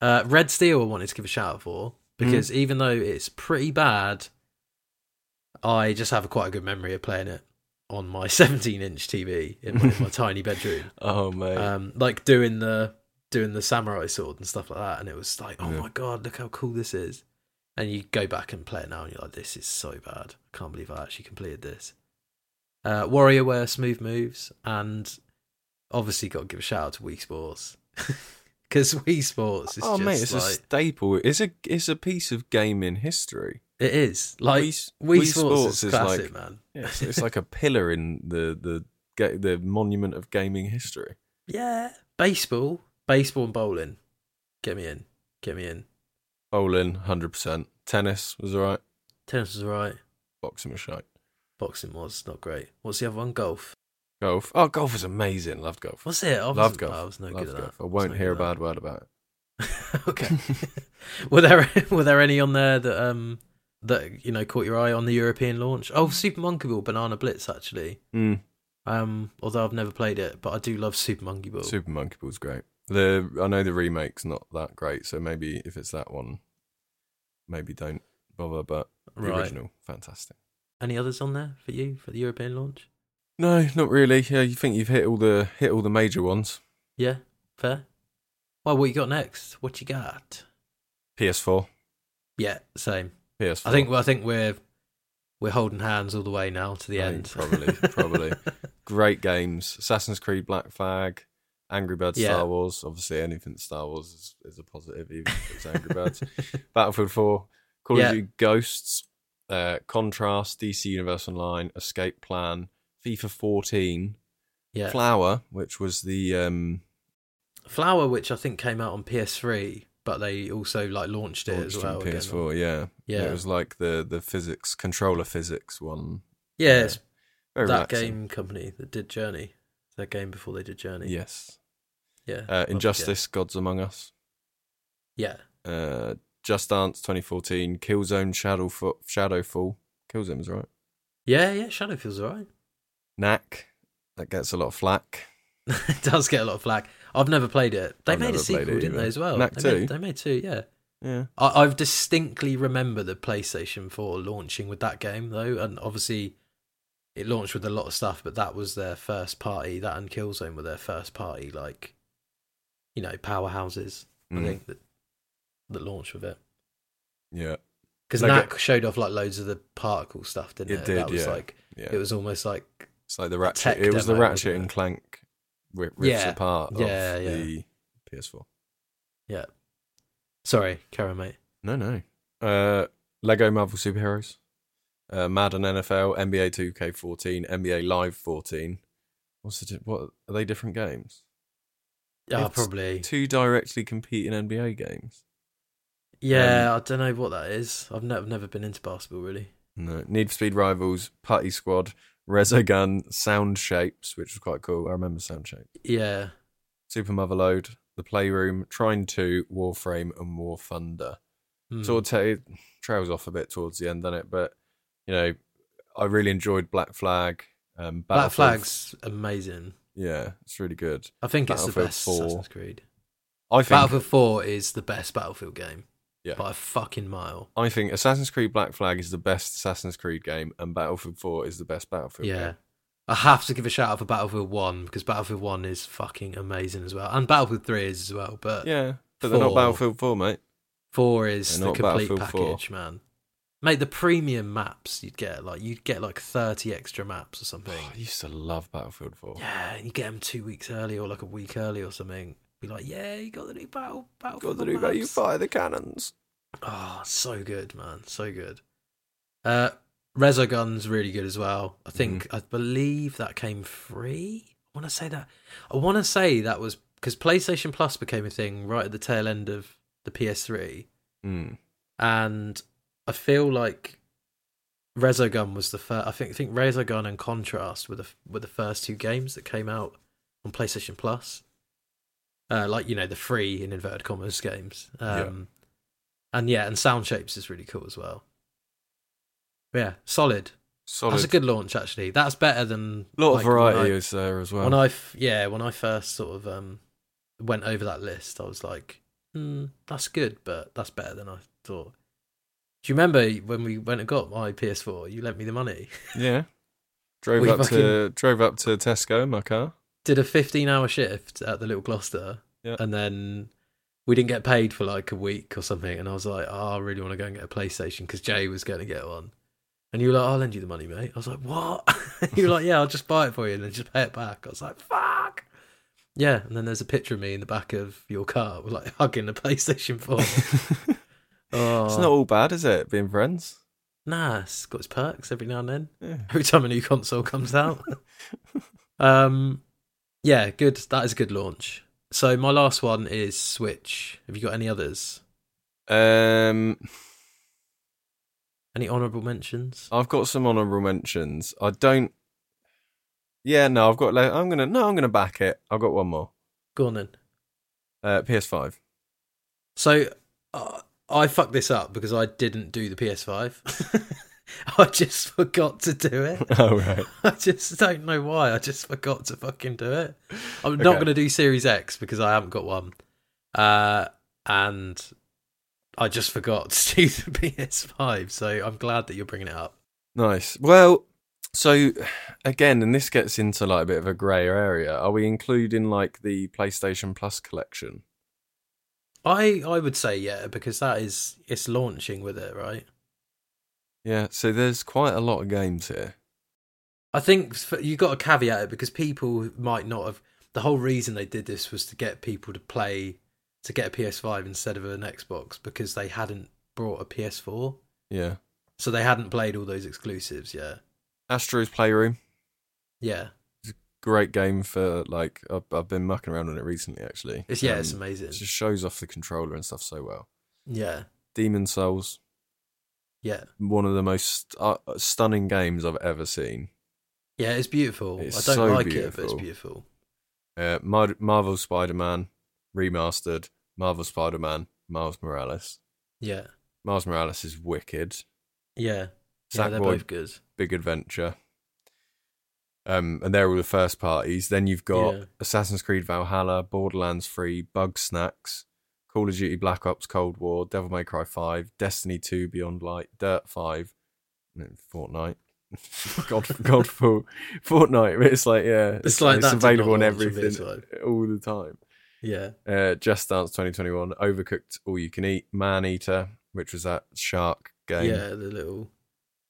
[SPEAKER 1] Uh, Red Steel, I wanted to give a shout out for because even though it's pretty bad, I just have quite a good memory of playing it on my 17 inch TV in my, my tiny bedroom
[SPEAKER 2] Oh mate,
[SPEAKER 1] um, like doing the doing the samurai sword and stuff like that. And it was like, oh
[SPEAKER 2] Yeah.
[SPEAKER 1] my god, look how cool this is. And you go back and play it now, and you're like, this is so bad. I can't believe I actually completed this. Uh, Warrior Wear, smooth moves, and obviously got to give a shout out to Wii Sports because Wii Sports is
[SPEAKER 2] oh
[SPEAKER 1] just
[SPEAKER 2] mate, it's
[SPEAKER 1] like
[SPEAKER 2] a staple. It's a it's a piece of gaming history.
[SPEAKER 1] it is like Wii,
[SPEAKER 2] Wii- Wii
[SPEAKER 1] Sports,
[SPEAKER 2] Sports
[SPEAKER 1] is,
[SPEAKER 2] is
[SPEAKER 1] classic,
[SPEAKER 2] like-
[SPEAKER 1] man.
[SPEAKER 2] It's, it's like a pillar in the the ga- the monument of gaming history.
[SPEAKER 1] Yeah, baseball, baseball and bowling. Get me in, get me in.
[SPEAKER 2] Bowling, hundred percent. Tennis was alright.
[SPEAKER 1] Tennis was alright.
[SPEAKER 2] Boxing was shite.
[SPEAKER 1] Boxing was not great. What's the other one? Golf.
[SPEAKER 2] Golf. Oh, golf was amazing. Loved golf.
[SPEAKER 1] What's it? I was,
[SPEAKER 2] Love golf.
[SPEAKER 1] I was no
[SPEAKER 2] Loved
[SPEAKER 1] good at
[SPEAKER 2] golf.
[SPEAKER 1] that.
[SPEAKER 2] I won't
[SPEAKER 1] no
[SPEAKER 2] hear a
[SPEAKER 1] good at
[SPEAKER 2] bad word about
[SPEAKER 1] that. okay. were there were there any on there that um that you know caught your eye on the European launch? Oh, Super Monkey Ball, Banana Blitz, actually.
[SPEAKER 2] it. Mm.
[SPEAKER 1] Um, although I've never played it, but I do love Super Monkey Ball.
[SPEAKER 2] Super Monkey Ball's great. The I know the remake's not that great, so maybe if it's that one, maybe don't bother. But the
[SPEAKER 1] right.
[SPEAKER 2] original, fantastic.
[SPEAKER 1] Any others on there for you for the European launch?
[SPEAKER 2] No, not really. Yeah, you think you've hit all the hit all the major ones.
[SPEAKER 1] Yeah, fair. Well, what you got next? What you got?
[SPEAKER 2] PS4,
[SPEAKER 1] Yeah, same.
[SPEAKER 2] PS4.
[SPEAKER 1] I think well, I think we're we're holding hands all the way now to the
[SPEAKER 2] I
[SPEAKER 1] end.
[SPEAKER 2] think probably, probably. great games: Assassin's Creed, Black Flag, Angry Birds,
[SPEAKER 1] Yeah.
[SPEAKER 2] Star Wars. Obviously, anything Star Wars is, is a positive, even if it's Angry Birds. Battlefield 4, Call
[SPEAKER 1] Yeah.
[SPEAKER 2] of Duty Ghosts, uh, Contrast, DC Universe Online, Escape Plan, FIFA 14,
[SPEAKER 1] yeah.
[SPEAKER 2] Flower, which was the um,
[SPEAKER 1] Flower, which I think came out on PS3, but they also like launched it
[SPEAKER 2] launched
[SPEAKER 1] as
[SPEAKER 2] on
[SPEAKER 1] well. again.
[SPEAKER 2] PS4. Yeah.
[SPEAKER 1] Yeah,
[SPEAKER 2] it was like the the physics controller physics one.
[SPEAKER 1] yeah, it's
[SPEAKER 2] Very
[SPEAKER 1] that
[SPEAKER 2] relaxing.
[SPEAKER 1] game company that did Journey. That game before they did Journey.
[SPEAKER 2] Yes,
[SPEAKER 1] yeah.
[SPEAKER 2] uh,
[SPEAKER 1] I'll forget.
[SPEAKER 2] Injustice, Gods Among Us,
[SPEAKER 1] Yeah,
[SPEAKER 2] uh, Just Dance 2014, Killzone, Shadowfo- Shadowfall, Killzone was right.
[SPEAKER 1] yeah, yeah. Shadow feels alright.
[SPEAKER 2] Knack, that gets a lot of flack.
[SPEAKER 1] it does get a lot of flack. I've never played it. They
[SPEAKER 2] I've
[SPEAKER 1] made a
[SPEAKER 2] never played
[SPEAKER 1] sequel,
[SPEAKER 2] it
[SPEAKER 1] didn't they?
[SPEAKER 2] either.
[SPEAKER 1] As well.
[SPEAKER 2] Knack
[SPEAKER 1] they,
[SPEAKER 2] two?
[SPEAKER 1] Made, they made two. Yeah.
[SPEAKER 2] Yeah,
[SPEAKER 1] I, I've distinctly remember the PlayStation 4 launching with that game though, and obviously it launched with a lot of stuff, but that was their first party. That and Killzone were their first party, like you know, powerhouses. I
[SPEAKER 2] Mm.
[SPEAKER 1] think that that launched with it
[SPEAKER 2] yeah,
[SPEAKER 1] because
[SPEAKER 2] Like
[SPEAKER 1] Knack showed off like loads of the particle stuff, didn't it?
[SPEAKER 2] It did,
[SPEAKER 1] that was
[SPEAKER 2] yeah.
[SPEAKER 1] like
[SPEAKER 2] yeah.
[SPEAKER 1] it was almost like
[SPEAKER 2] it's like the
[SPEAKER 1] tech
[SPEAKER 2] Ratchet. It was the
[SPEAKER 1] demo,
[SPEAKER 2] Ratchet
[SPEAKER 1] wasn't
[SPEAKER 2] and
[SPEAKER 1] it?
[SPEAKER 2] Clank ri- rips
[SPEAKER 1] Yeah.
[SPEAKER 2] apart
[SPEAKER 1] Yeah,
[SPEAKER 2] of
[SPEAKER 1] yeah.
[SPEAKER 2] the PS4.
[SPEAKER 1] sorry, Karen, mate.
[SPEAKER 2] No, no. Uh, Lego Marvel Superheroes, uh, Madden NFL, NBA 2K14, NBA Live 14. What's the di- what are they different games?
[SPEAKER 1] Yeah,
[SPEAKER 2] It's
[SPEAKER 1] Ah, probably.
[SPEAKER 2] Two directly competing NBA games. um,
[SPEAKER 1] yeah, I don't know what that is. I've, ne- I've never been into basketball really.
[SPEAKER 2] No, Need for Speed Rivals, Putty Squad, Resogun, Sound Shapes, which was quite cool. I remember Sound Shape.
[SPEAKER 1] Yeah,
[SPEAKER 2] Super Motherload, The Playroom, Trine 2, Warframe, and War Thunder.
[SPEAKER 1] Hmm.
[SPEAKER 2] sort of ta- trails off a bit towards the end, doesn't it? But you know, I really enjoyed Black Flag. Um,
[SPEAKER 1] Black
[SPEAKER 2] Battlefield-
[SPEAKER 1] Flag's amazing.
[SPEAKER 2] Yeah, it's really good.
[SPEAKER 1] I think it's the
[SPEAKER 2] Battlefield
[SPEAKER 1] best
[SPEAKER 2] 4.
[SPEAKER 1] Assassin's Creed.
[SPEAKER 2] I think
[SPEAKER 1] Battlefield 4 is the best Battlefield game.
[SPEAKER 2] Yeah.
[SPEAKER 1] by a fucking mile.
[SPEAKER 2] I think Assassin's Creed Black Flag is the best Assassin's Creed game, and Battlefield 4 is the best Battlefield
[SPEAKER 1] yeah.
[SPEAKER 2] game.
[SPEAKER 1] I have to give a shout out for Battlefield 1 because Battlefield 1 is fucking amazing as well. And Battlefield 3 is as well, but
[SPEAKER 2] Yeah, but they're not
[SPEAKER 1] Four.
[SPEAKER 2] Battlefield 4, mate.
[SPEAKER 1] 4 is
[SPEAKER 2] They're
[SPEAKER 1] the
[SPEAKER 2] not
[SPEAKER 1] complete
[SPEAKER 2] Battlefield 4.
[SPEAKER 1] package, man. Mate, the premium maps you'd get, like, you'd get like 30 extra maps or something.
[SPEAKER 2] Oh, I used to love Battlefield 4.
[SPEAKER 1] yeah, and you get them two weeks early or like a week early or something. Be like, yeah, you got the new battle, Battlefield
[SPEAKER 2] Got to do
[SPEAKER 1] maps.
[SPEAKER 2] that, you fire the cannons.
[SPEAKER 1] Oh, so good, man. So good. Uh Resogun's really good as well. I think
[SPEAKER 2] Mm-hmm.
[SPEAKER 1] I believe that came free. I want to say that. I want to say that was because PlayStation Plus became a thing right at the tail end of the PS3,
[SPEAKER 2] Mm.
[SPEAKER 1] and I feel like Resogun was the first. I think I think Resogun and Contrast were the were the first two games that came out on PlayStation Plus. Uh, like you know the free in inverted commas games. Um, And yeah, and Sound Shapes is really cool as well. Yeah, solid.
[SPEAKER 2] Solid.
[SPEAKER 1] That's a good launch actually. That's better than
[SPEAKER 2] lot
[SPEAKER 1] like,
[SPEAKER 2] of variety
[SPEAKER 1] When I,
[SPEAKER 2] is there as well.
[SPEAKER 1] when I f- yeah, when I first sort of um went over that list, I was like, hmm, that's good, but that's better than I thought. Do you remember when we went and got my PS4? You lent me the money.
[SPEAKER 2] Yeah. Drove
[SPEAKER 1] We
[SPEAKER 2] up to drove up to Tesco in my car.
[SPEAKER 1] did a 15 hour shift at the little Gloucester
[SPEAKER 2] Yeah.
[SPEAKER 1] and then we didn't get paid for like a week or something and I was like oh, I really want to go and get a PlayStation because Jay was going to get one and you were like I'll lend you the money mate I was like what you were like yeah I'll just buy it for you and then just pay it back I was like fuck yeah and then there's a picture of me in the back of your car like hugging the PlayStation 4 oh,
[SPEAKER 2] It's not all bad, is it? Being friends.
[SPEAKER 1] nah it's got its perks every now and then
[SPEAKER 2] Yeah.
[SPEAKER 1] every time a new console comes out. um, yeah, good. That is a good launch. So my last one is Switch. Have you got any others?
[SPEAKER 2] Um,
[SPEAKER 1] Any honourable mentions?
[SPEAKER 2] I've got some honourable mentions. I don't. Yeah, no, I've got. le- I'm gonna no, I'm gonna back it. I've got one more.
[SPEAKER 1] Go on then.
[SPEAKER 2] Uh, PS5.
[SPEAKER 1] So uh, I fucked this up because I didn't do the PS5. I just forgot to do it.
[SPEAKER 2] oh right.
[SPEAKER 1] I just don't know why. I just forgot to fucking do it. I'm not
[SPEAKER 2] Okay.
[SPEAKER 1] going to do Series X because I haven't got one. Uh, and I just forgot to do the PS5. So I'm glad that you're bringing it up.
[SPEAKER 2] Nice. Well, so again, and this gets into like a bit of a grey area. Are we including like the PlayStation Plus collection?
[SPEAKER 1] I, I would say, yeah, because that is, it's launching with it, right?
[SPEAKER 2] Yeah. So there's quite a lot of games here.
[SPEAKER 1] I think f- you got to caveat it because people might not have. The whole reason they did this was to get people to play, to get a PS5 instead of an Xbox because they hadn't brought a PS4.
[SPEAKER 2] Yeah.
[SPEAKER 1] So they hadn't played all those exclusives, yeah.
[SPEAKER 2] Astro's Playroom.
[SPEAKER 1] Yeah.
[SPEAKER 2] great game for like I've, I've been mucking around on it recently actually.
[SPEAKER 1] It's yeah, it's
[SPEAKER 2] Um,
[SPEAKER 1] amazing.
[SPEAKER 2] it just shows off the controller and stuff so well.
[SPEAKER 1] Yeah.
[SPEAKER 2] Demon Souls,
[SPEAKER 1] Yeah.
[SPEAKER 2] one of the most uh, stunning games I've ever seen.
[SPEAKER 1] Yeah, it's beautiful.
[SPEAKER 2] It's
[SPEAKER 1] I don't
[SPEAKER 2] so
[SPEAKER 1] like it, but it's
[SPEAKER 2] beautiful.
[SPEAKER 1] beautiful.
[SPEAKER 2] Uh, Mar- Marvel Spider-Man remastered. Marvel Spider-Man, Miles Morales.
[SPEAKER 1] Yeah.
[SPEAKER 2] Miles Morales is wicked.
[SPEAKER 1] Yeah. Yeah, they're
[SPEAKER 2] Sackboy,
[SPEAKER 1] both good.
[SPEAKER 2] Big Adventure. Um, and they're all the first parties. Then you've got
[SPEAKER 1] Yeah.
[SPEAKER 2] Assassin's Creed Valhalla, Borderlands 3, Bug Snacks, Call of Duty Black Ops Cold War, Devil May Cry 5, Destiny 2 Beyond Light, Dirt 5, and Fortnite. God, Godfall, Fortnite. but It's like yeah,
[SPEAKER 1] It's like
[SPEAKER 2] it's
[SPEAKER 1] that did not
[SPEAKER 2] available on
[SPEAKER 1] launch on
[SPEAKER 2] everything
[SPEAKER 1] PS5.
[SPEAKER 2] all the time.
[SPEAKER 1] Yeah.
[SPEAKER 2] Uh, Just Dance 2021, Overcooked, All You Can Eat, Man Eater, which was that shark game.
[SPEAKER 1] Yeah, the little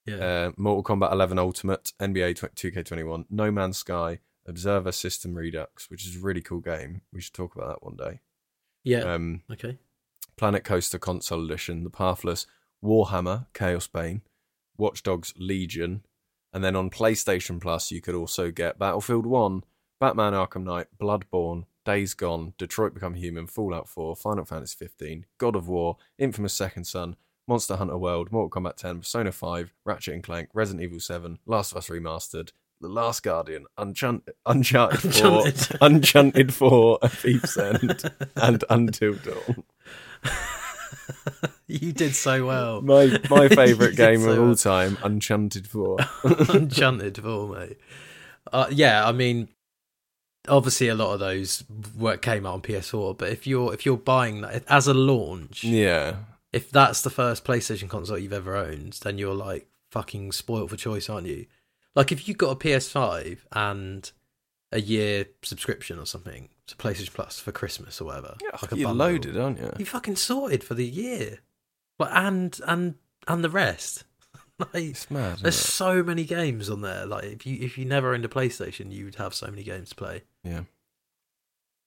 [SPEAKER 1] Yeah.
[SPEAKER 2] Uh, Mortal Kombat 11 Ultimate, NBA 2K21, No Man's Sky, Observer System Redux, which is a really cool game. We should talk about that one day.
[SPEAKER 1] yeah.
[SPEAKER 2] Um,
[SPEAKER 1] okay.
[SPEAKER 2] Planet Coaster Console Edition, The Pathless, Warhammer, Chaos Bane, Watch Dogs Legion, and then on PlayStation Plus, you could also get Battlefield 1, Batman Arkham Knight, Bloodborne, Days Gone, Detroit Become Human, Fallout 4, Final Fantasy 15, God of War, Infamous Second Son, Monster Hunter World, Mortal Kombat 10, Persona 5, Ratchet and Clank, Resident Evil 7, Last of Us Remastered, The Last Guardian, Unchun- Uncharted 4,
[SPEAKER 1] Enchanted.
[SPEAKER 2] Unchunted 4, A Thief's End, and Until Dawn.
[SPEAKER 1] you did so well.
[SPEAKER 2] My my favourite
[SPEAKER 1] You did Oh.
[SPEAKER 2] game
[SPEAKER 1] so Oh,
[SPEAKER 2] of
[SPEAKER 1] well.
[SPEAKER 2] all time, Unchanted Four.
[SPEAKER 1] Enchanted of all, mate. Uh, yeah, I mean, obviously a lot of those were, came out on PS4, but if you're if you're buying that as a launch,
[SPEAKER 2] yeah,
[SPEAKER 1] if that's the first PlayStation console you've ever owned, then you're like fucking spoiled for choice, aren't you? Like if you got a PS5 and a year subscription or something to PlayStation Plus for Christmas or whatever, like a
[SPEAKER 2] you're
[SPEAKER 1] bundle,
[SPEAKER 2] loaded, aren't you?
[SPEAKER 1] You fucking sorted for the year, but and and and the rest. like,
[SPEAKER 2] It's mad. isn't
[SPEAKER 1] there's
[SPEAKER 2] it?
[SPEAKER 1] so many games on there. Like if you if you never owned a PlayStation, you'd have so many games to play.
[SPEAKER 2] Yeah.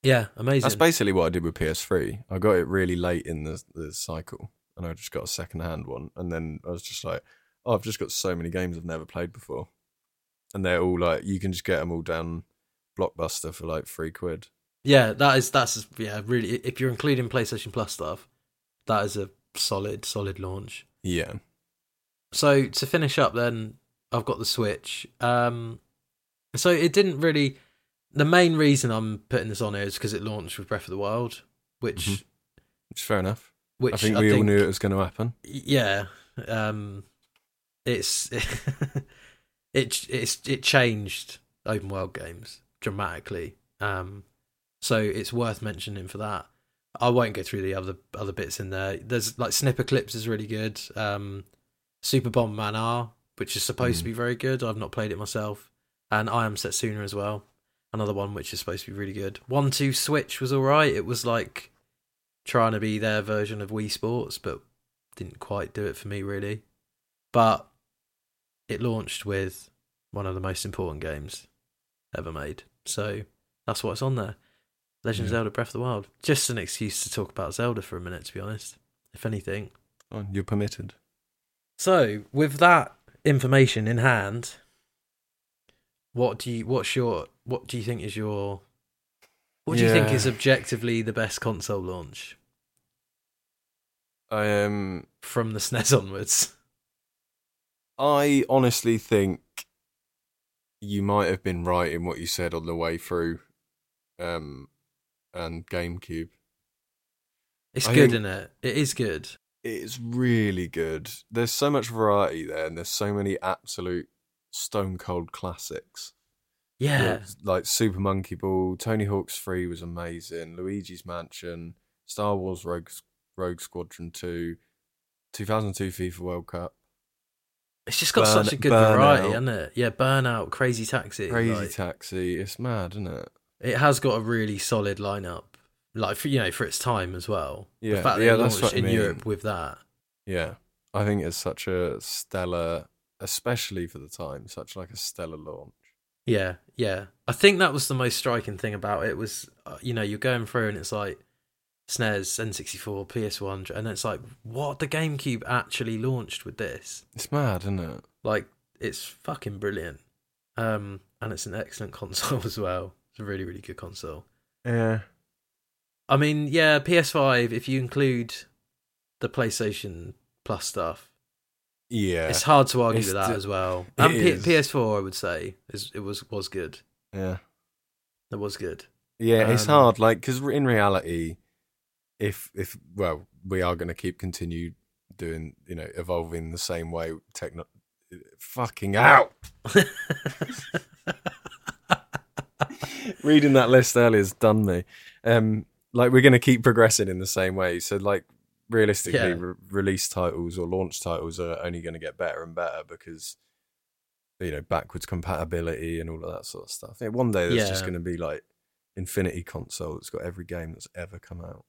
[SPEAKER 1] Yeah, amazing.
[SPEAKER 2] That's basically what I did with PS3. I got it really late in the, the cycle, and I just got a second hand one. And then I was just like, oh, I've just got so many games I've never played before, and they're all like, you can just get them all down Blockbuster for like three quid.
[SPEAKER 1] Yeah, that is that's yeah really. If you're including PlayStation Plus stuff, that is a solid solid launch.
[SPEAKER 2] Yeah,
[SPEAKER 1] So to finish up, then I've got the Switch. Um, so it didn't really. The main reason I'm putting this on here is because it launched with Breath of the Wild, which
[SPEAKER 2] Mhm. which is fair enough.
[SPEAKER 1] which
[SPEAKER 2] I think we all knew it was going to happen.
[SPEAKER 1] yeah um it's it it's it changed open world games dramatically um so it's worth mentioning for that i won't go through the other other bits in there there's like snipper clips is really good um super bomb man r which is supposed to
[SPEAKER 2] Mm.
[SPEAKER 1] be very good i've not played it myself and i am setsuna as well another one which is supposed to be really good one two switch was all right it was like trying to be their version of wii sports but didn't quite do it for me really. But it launched with one of the most important games ever made. So that's what's on there. Legend of
[SPEAKER 2] Yeah.
[SPEAKER 1] Zelda Breath of the Wild. Just an excuse to talk about Zelda for a minute, to be honest, if anything.
[SPEAKER 2] Fine, you're permitted.
[SPEAKER 1] So, with that information in hand, what do you what's your what do you think is your what do you think
[SPEAKER 2] Yeah.
[SPEAKER 1] is objectively the best console launch
[SPEAKER 2] I um,
[SPEAKER 1] from the SNES onwards?
[SPEAKER 2] I honestly think you might have been right in what you said on the way through, um, and GameCube.
[SPEAKER 1] It's
[SPEAKER 2] I
[SPEAKER 1] good, isn't
[SPEAKER 2] think-
[SPEAKER 1] it? It is good.
[SPEAKER 2] It's really good. There's so much variety there, and there's so many absolute stone cold classics.
[SPEAKER 1] Yeah.
[SPEAKER 2] There's, Like Super Monkey Ball, Tony Hawk's 3 was amazing, Luigi's Mansion, Star Wars Rogue, Rogue Squadron 2, 2002 FIFA World Cup,
[SPEAKER 1] It's just got
[SPEAKER 2] Burn-
[SPEAKER 1] such a good
[SPEAKER 2] Burnout.
[SPEAKER 1] variety, hasn't it? Yeah, Burnout, Crazy Taxi.
[SPEAKER 2] Crazy
[SPEAKER 1] like,
[SPEAKER 2] Taxi. It's mad, isn't it?
[SPEAKER 1] it has got a really solid lineup, like for, you know for its time as well.
[SPEAKER 2] Yeah,
[SPEAKER 1] the fact that
[SPEAKER 2] yeah,
[SPEAKER 1] it
[SPEAKER 2] that's
[SPEAKER 1] launched
[SPEAKER 2] what I
[SPEAKER 1] in
[SPEAKER 2] mean.
[SPEAKER 1] Europe with that.
[SPEAKER 2] Yeah. I think it's such a stellar, especially for the time, such like a stellar launch.
[SPEAKER 1] Yeah, yeah. I think that was the most striking thing about it was uh, you know you're going through and it's like E SNES, N64, PS1, and it's like what the GameCube actually launched with this.
[SPEAKER 2] It's mad, isn't it?
[SPEAKER 1] Like it's fucking brilliant, um, and it's an excellent console as well. It's a really really good console.
[SPEAKER 2] Yeah.
[SPEAKER 1] I mean, yeah, PS5. If you include the PlayStation Plus stuff,
[SPEAKER 2] Yeah.
[SPEAKER 1] it's hard to argue
[SPEAKER 2] It's
[SPEAKER 1] with that
[SPEAKER 2] the-
[SPEAKER 1] as well.
[SPEAKER 2] it
[SPEAKER 1] And P-
[SPEAKER 2] is.
[SPEAKER 1] PS4, I would say, is it was was good.
[SPEAKER 2] yeah.
[SPEAKER 1] It was good.
[SPEAKER 2] Yeah, it's
[SPEAKER 1] Um,
[SPEAKER 2] hard. Like, because in reality, if if well, we are going to keep continue doing, you know, evolving the same way. Techno, fucking out. Reading that list earlier's done me. Um, like we're going to keep progressing in the same way. So, like, realistically,
[SPEAKER 1] Yeah.
[SPEAKER 2] re- release titles or launch titles are only going to get better and better because. You know, backwards compatibility and all of that sort of stuff. Yeah, One day there's just
[SPEAKER 1] Yeah.
[SPEAKER 2] going to be like Infinity console that's got every game that's ever come out.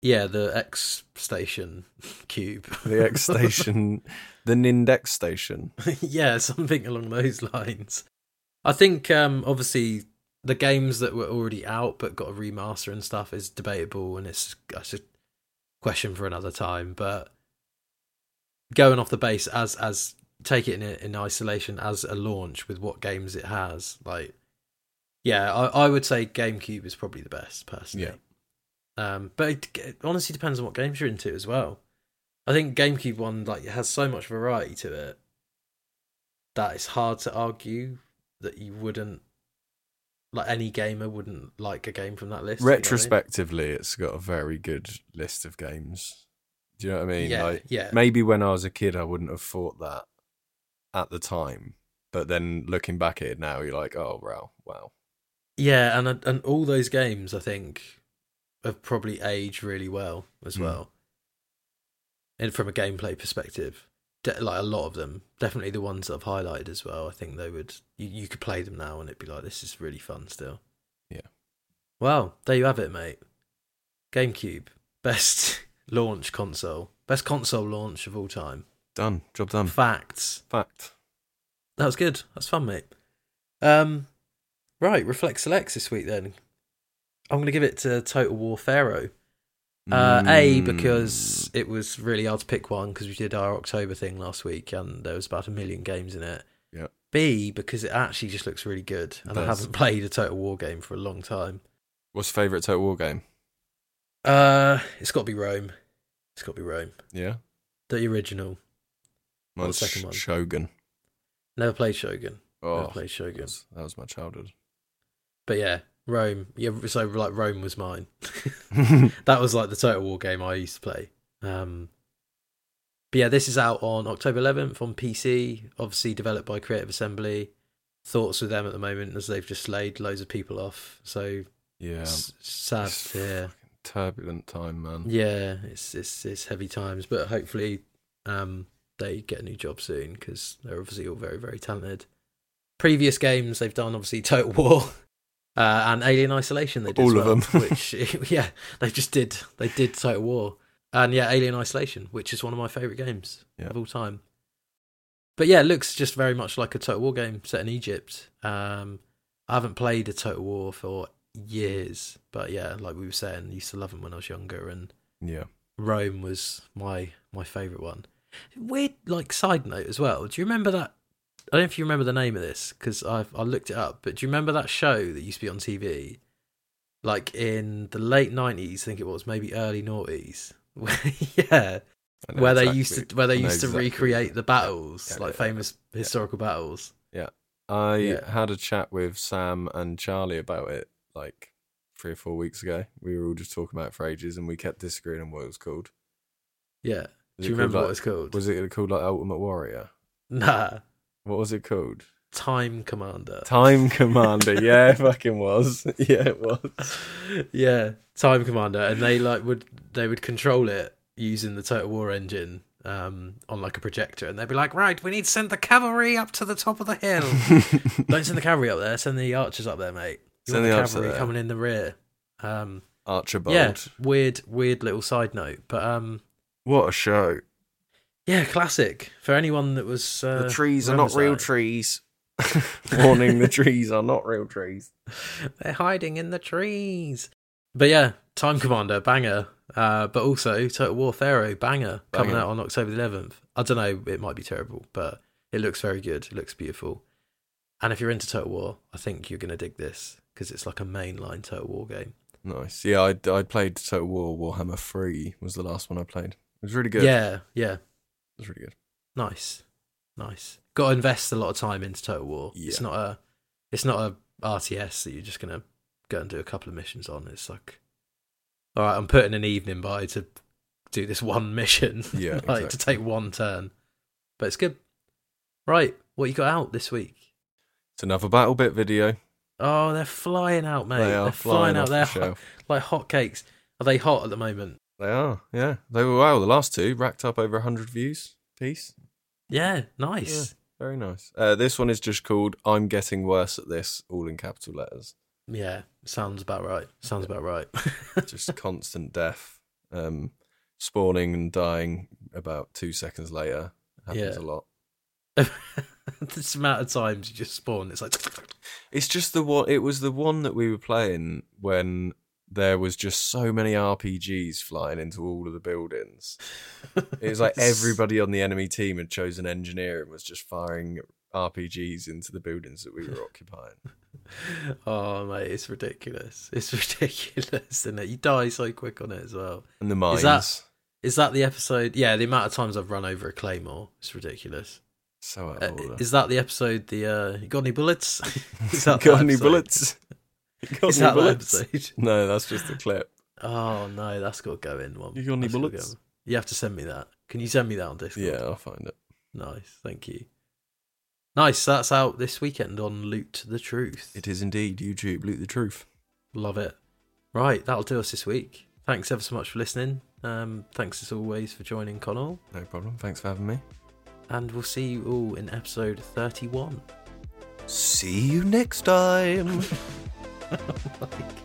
[SPEAKER 1] yeah, the X Station Cube,
[SPEAKER 2] The X Station, the Nindex Station.
[SPEAKER 1] yeah, something along those lines. I think um, obviously the games that were already out but got a remaster and stuff is debatable, and it's that's a question for another time. But going off the base as as take it in in isolation as a launch with what games it has, like yeah, I, I would say GameCube is probably the best personally.
[SPEAKER 2] Yeah.
[SPEAKER 1] Um, but it, it honestly depends on what games you're into as well. I think GameCube one like has so much variety to it that it's hard to argue that you wouldn't like any gamer wouldn't like a game from that list. you know what I mean?
[SPEAKER 2] Retrospectively, it's got a very good list of games. Do you know what I mean?
[SPEAKER 1] yeah,
[SPEAKER 2] Like
[SPEAKER 1] yeah,
[SPEAKER 2] maybe when I was a kid, I wouldn't have thought that at the time, but then looking back at it now, you're like, oh wow, wow.
[SPEAKER 1] yeah, and uh, and all those games I think have probably aged really well as
[SPEAKER 2] Mm.
[SPEAKER 1] well. and from a gameplay perspective, de- like a lot of them, definitely the ones that I've highlighted as well. I think they would you, you could play them now and it'd be like this is really fun still.
[SPEAKER 2] Yeah.
[SPEAKER 1] Well, there you have it, mate. GameCube best launch console, best console launch of all time.
[SPEAKER 2] Done. Job done.
[SPEAKER 1] Facts.
[SPEAKER 2] Fact.
[SPEAKER 1] That was good. That's fun, mate. Um, right, reflect selects this week then. I'm going to give it to Total War Pharaoh. Uh, A
[SPEAKER 2] Hmm.
[SPEAKER 1] because it was really hard to pick one because we did our October thing last week and there was about a million games in it.
[SPEAKER 2] Yeah.
[SPEAKER 1] B because it actually just looks really good and I
[SPEAKER 2] does.
[SPEAKER 1] haven't played a Total War game for a long time.
[SPEAKER 2] What's your favourite Total War game?
[SPEAKER 1] Uh, it's got to be Rome. It's got to be Rome.
[SPEAKER 2] Yeah.
[SPEAKER 1] The original. Or the
[SPEAKER 2] Mine's
[SPEAKER 1] second one.
[SPEAKER 2] Shogun.
[SPEAKER 1] Never played Shogun. Never
[SPEAKER 2] Oh,
[SPEAKER 1] played
[SPEAKER 2] that
[SPEAKER 1] Shogun.
[SPEAKER 2] was, that was my childhood.
[SPEAKER 1] But yeah, Rome. Yeah, so like Rome was mine. that was like the Total War game I used to play. Um, but yeah, this is out on October 11th on PC, obviously developed by Creative Assembly. Thoughts with them at the moment as they've just laid loads of people off. So
[SPEAKER 2] yeah.
[SPEAKER 1] s- sad
[SPEAKER 2] It's
[SPEAKER 1] to hear.
[SPEAKER 2] fucking Turbulent time, man.
[SPEAKER 1] Yeah, it's, it's it's heavy times, but hopefully um, they get a new job soon because they're obviously all very very talented. Previous games they've done obviously Total War uh, and Alien Isolation. They did as
[SPEAKER 2] All of
[SPEAKER 1] well,
[SPEAKER 2] them.
[SPEAKER 1] which yeah, they just did. They did Total War and yeah, Alien Isolation, which is one of my favorite games
[SPEAKER 2] Yeah.
[SPEAKER 1] of all time. But yeah, it looks just very much like a Total War game set in Egypt. Um, I haven't played a Total War for years, but yeah, like we were saying, I used to love them when I was younger and.
[SPEAKER 2] Yeah.
[SPEAKER 1] Rome was my my favorite one. Weird, like side note as well. Do you remember that? I don't know if you remember the name of this because I I looked it up. But do you remember that show that used to be on TV, like in the late nineties? I think it was maybe early noughties. Where, yeah,
[SPEAKER 2] I know
[SPEAKER 1] where they
[SPEAKER 2] exactly-
[SPEAKER 1] used to where they
[SPEAKER 2] I know
[SPEAKER 1] used to
[SPEAKER 2] exactly.
[SPEAKER 1] recreate the battles,
[SPEAKER 2] Yeah,
[SPEAKER 1] like
[SPEAKER 2] yeah,
[SPEAKER 1] famous
[SPEAKER 2] yeah.
[SPEAKER 1] historical battles.
[SPEAKER 2] I
[SPEAKER 1] Yeah.
[SPEAKER 2] had a chat with Sam and Charlie about it like three or four weeks ago. We were all just talking about it for ages and we kept disagreeing on what it was called.
[SPEAKER 1] Yeah.
[SPEAKER 2] Was
[SPEAKER 1] Do you
[SPEAKER 2] it called,
[SPEAKER 1] remember
[SPEAKER 2] like-
[SPEAKER 1] what it's called?
[SPEAKER 2] Was it called like Ultimate Warrior?
[SPEAKER 1] nah,
[SPEAKER 2] What was it called?
[SPEAKER 1] Time Commander.
[SPEAKER 2] Time Commander. Yeah, it fucking was. Yeah, it was.
[SPEAKER 1] yeah, Time Commander, and they like would they would control it using the Total War engine um, on like a projector, and they'd be like, right, we need to send the cavalry up to the top of the hill. Don't send the cavalry up there. Send the archers up there, mate. You
[SPEAKER 2] Send
[SPEAKER 1] want
[SPEAKER 2] the
[SPEAKER 1] the
[SPEAKER 2] archers up
[SPEAKER 1] cavalry
[SPEAKER 2] there.
[SPEAKER 1] coming in the rear. Um,
[SPEAKER 2] Archibald.
[SPEAKER 1] yeah, weird, weird little side note, but um,
[SPEAKER 2] What a show.
[SPEAKER 1] yeah, classic for anyone that was. Uh,
[SPEAKER 3] the trees are not
[SPEAKER 1] remembers
[SPEAKER 3] real
[SPEAKER 1] that.
[SPEAKER 3] trees.
[SPEAKER 2] Warning the trees are not real trees.
[SPEAKER 1] They're hiding in the trees. But yeah, Time Commander, banger. Uh, but also Total War Pharaoh, banger, coming
[SPEAKER 2] Banger.
[SPEAKER 1] out on October the 11th. I don't know, it might be terrible, but it looks very good. It looks beautiful. And if you're into Total War, I think you're going to dig this because it's like a mainline Total War game.
[SPEAKER 2] Nice. Yeah, I, I played Total War Warhammer 3 was the last one I played. It was really good.
[SPEAKER 1] Yeah, yeah.
[SPEAKER 2] It was really good.
[SPEAKER 1] Nice. Nice. Got to invest a lot of time into Total War. It's
[SPEAKER 2] Yeah.
[SPEAKER 1] not a it's not a RTS that you're just going to go and do a couple of missions on. It's like all right, I'm putting an evening by to do this one mission.
[SPEAKER 2] Yeah,
[SPEAKER 1] like to take one turn. But it's good. Right, what you got out this week?
[SPEAKER 2] It's another battle bit video.
[SPEAKER 1] Oh, they're flying out, mate.
[SPEAKER 2] they are
[SPEAKER 1] are
[SPEAKER 2] flying,
[SPEAKER 1] out
[SPEAKER 2] off
[SPEAKER 1] there
[SPEAKER 2] the shelf.
[SPEAKER 1] like hotcakes. Are they hot at the moment?
[SPEAKER 2] They are, yeah. They were wow. The last two racked up over 100 views piece.
[SPEAKER 1] Yeah, nice.
[SPEAKER 2] Very nice. Uh, this one is just called I'm Getting Worse at This, all in capital letters.
[SPEAKER 1] Yeah, sounds about right. Sounds about right.
[SPEAKER 2] Just constant death, um, spawning and dying about two seconds later. Happens
[SPEAKER 1] Yeah.
[SPEAKER 2] a lot.
[SPEAKER 1] this amount of times you just spawn, it's like
[SPEAKER 2] It's just the one, it was the one that we were playing when there was just so many RPGs flying into all of the buildings. It was like everybody on the enemy team had chosen engineer and was just firing RPGs into the buildings that we were occupying.
[SPEAKER 1] Oh mate, it's ridiculous. It's ridiculous, isn't it? You die so quick on it as well.
[SPEAKER 2] And the mines.
[SPEAKER 1] Is that- Is that the episode? Yeah, the amount of times I've run over a claymore, it's ridiculous.
[SPEAKER 2] so out
[SPEAKER 1] Uh,
[SPEAKER 2] of order.
[SPEAKER 1] is that the episode? The uh, you got any bullets? is that
[SPEAKER 2] got
[SPEAKER 1] the
[SPEAKER 2] any
[SPEAKER 1] episode?
[SPEAKER 2] bullets? You got
[SPEAKER 1] Is
[SPEAKER 2] any
[SPEAKER 1] that the
[SPEAKER 2] bullets?
[SPEAKER 1] episode?
[SPEAKER 2] No, that's just a clip.
[SPEAKER 1] Oh no, that's got to go in one.
[SPEAKER 2] You got any
[SPEAKER 1] That's gotta
[SPEAKER 2] bullets?
[SPEAKER 1] go in. You have to send me that. Can you send me that on Discord?
[SPEAKER 2] Yeah, I'll find it.
[SPEAKER 1] Nice, thank you. Nice. That's out this weekend on Loot the Truth.
[SPEAKER 2] It is indeed YouTube. Loot the truth.
[SPEAKER 1] Love it. Right, that'll do us this week. thanks ever so much for listening. Um, thanks as always for joining Connell,
[SPEAKER 2] No problem. Thanks for having me.
[SPEAKER 1] and we'll see you all in episode 31.
[SPEAKER 2] See you next time.
[SPEAKER 1] Like-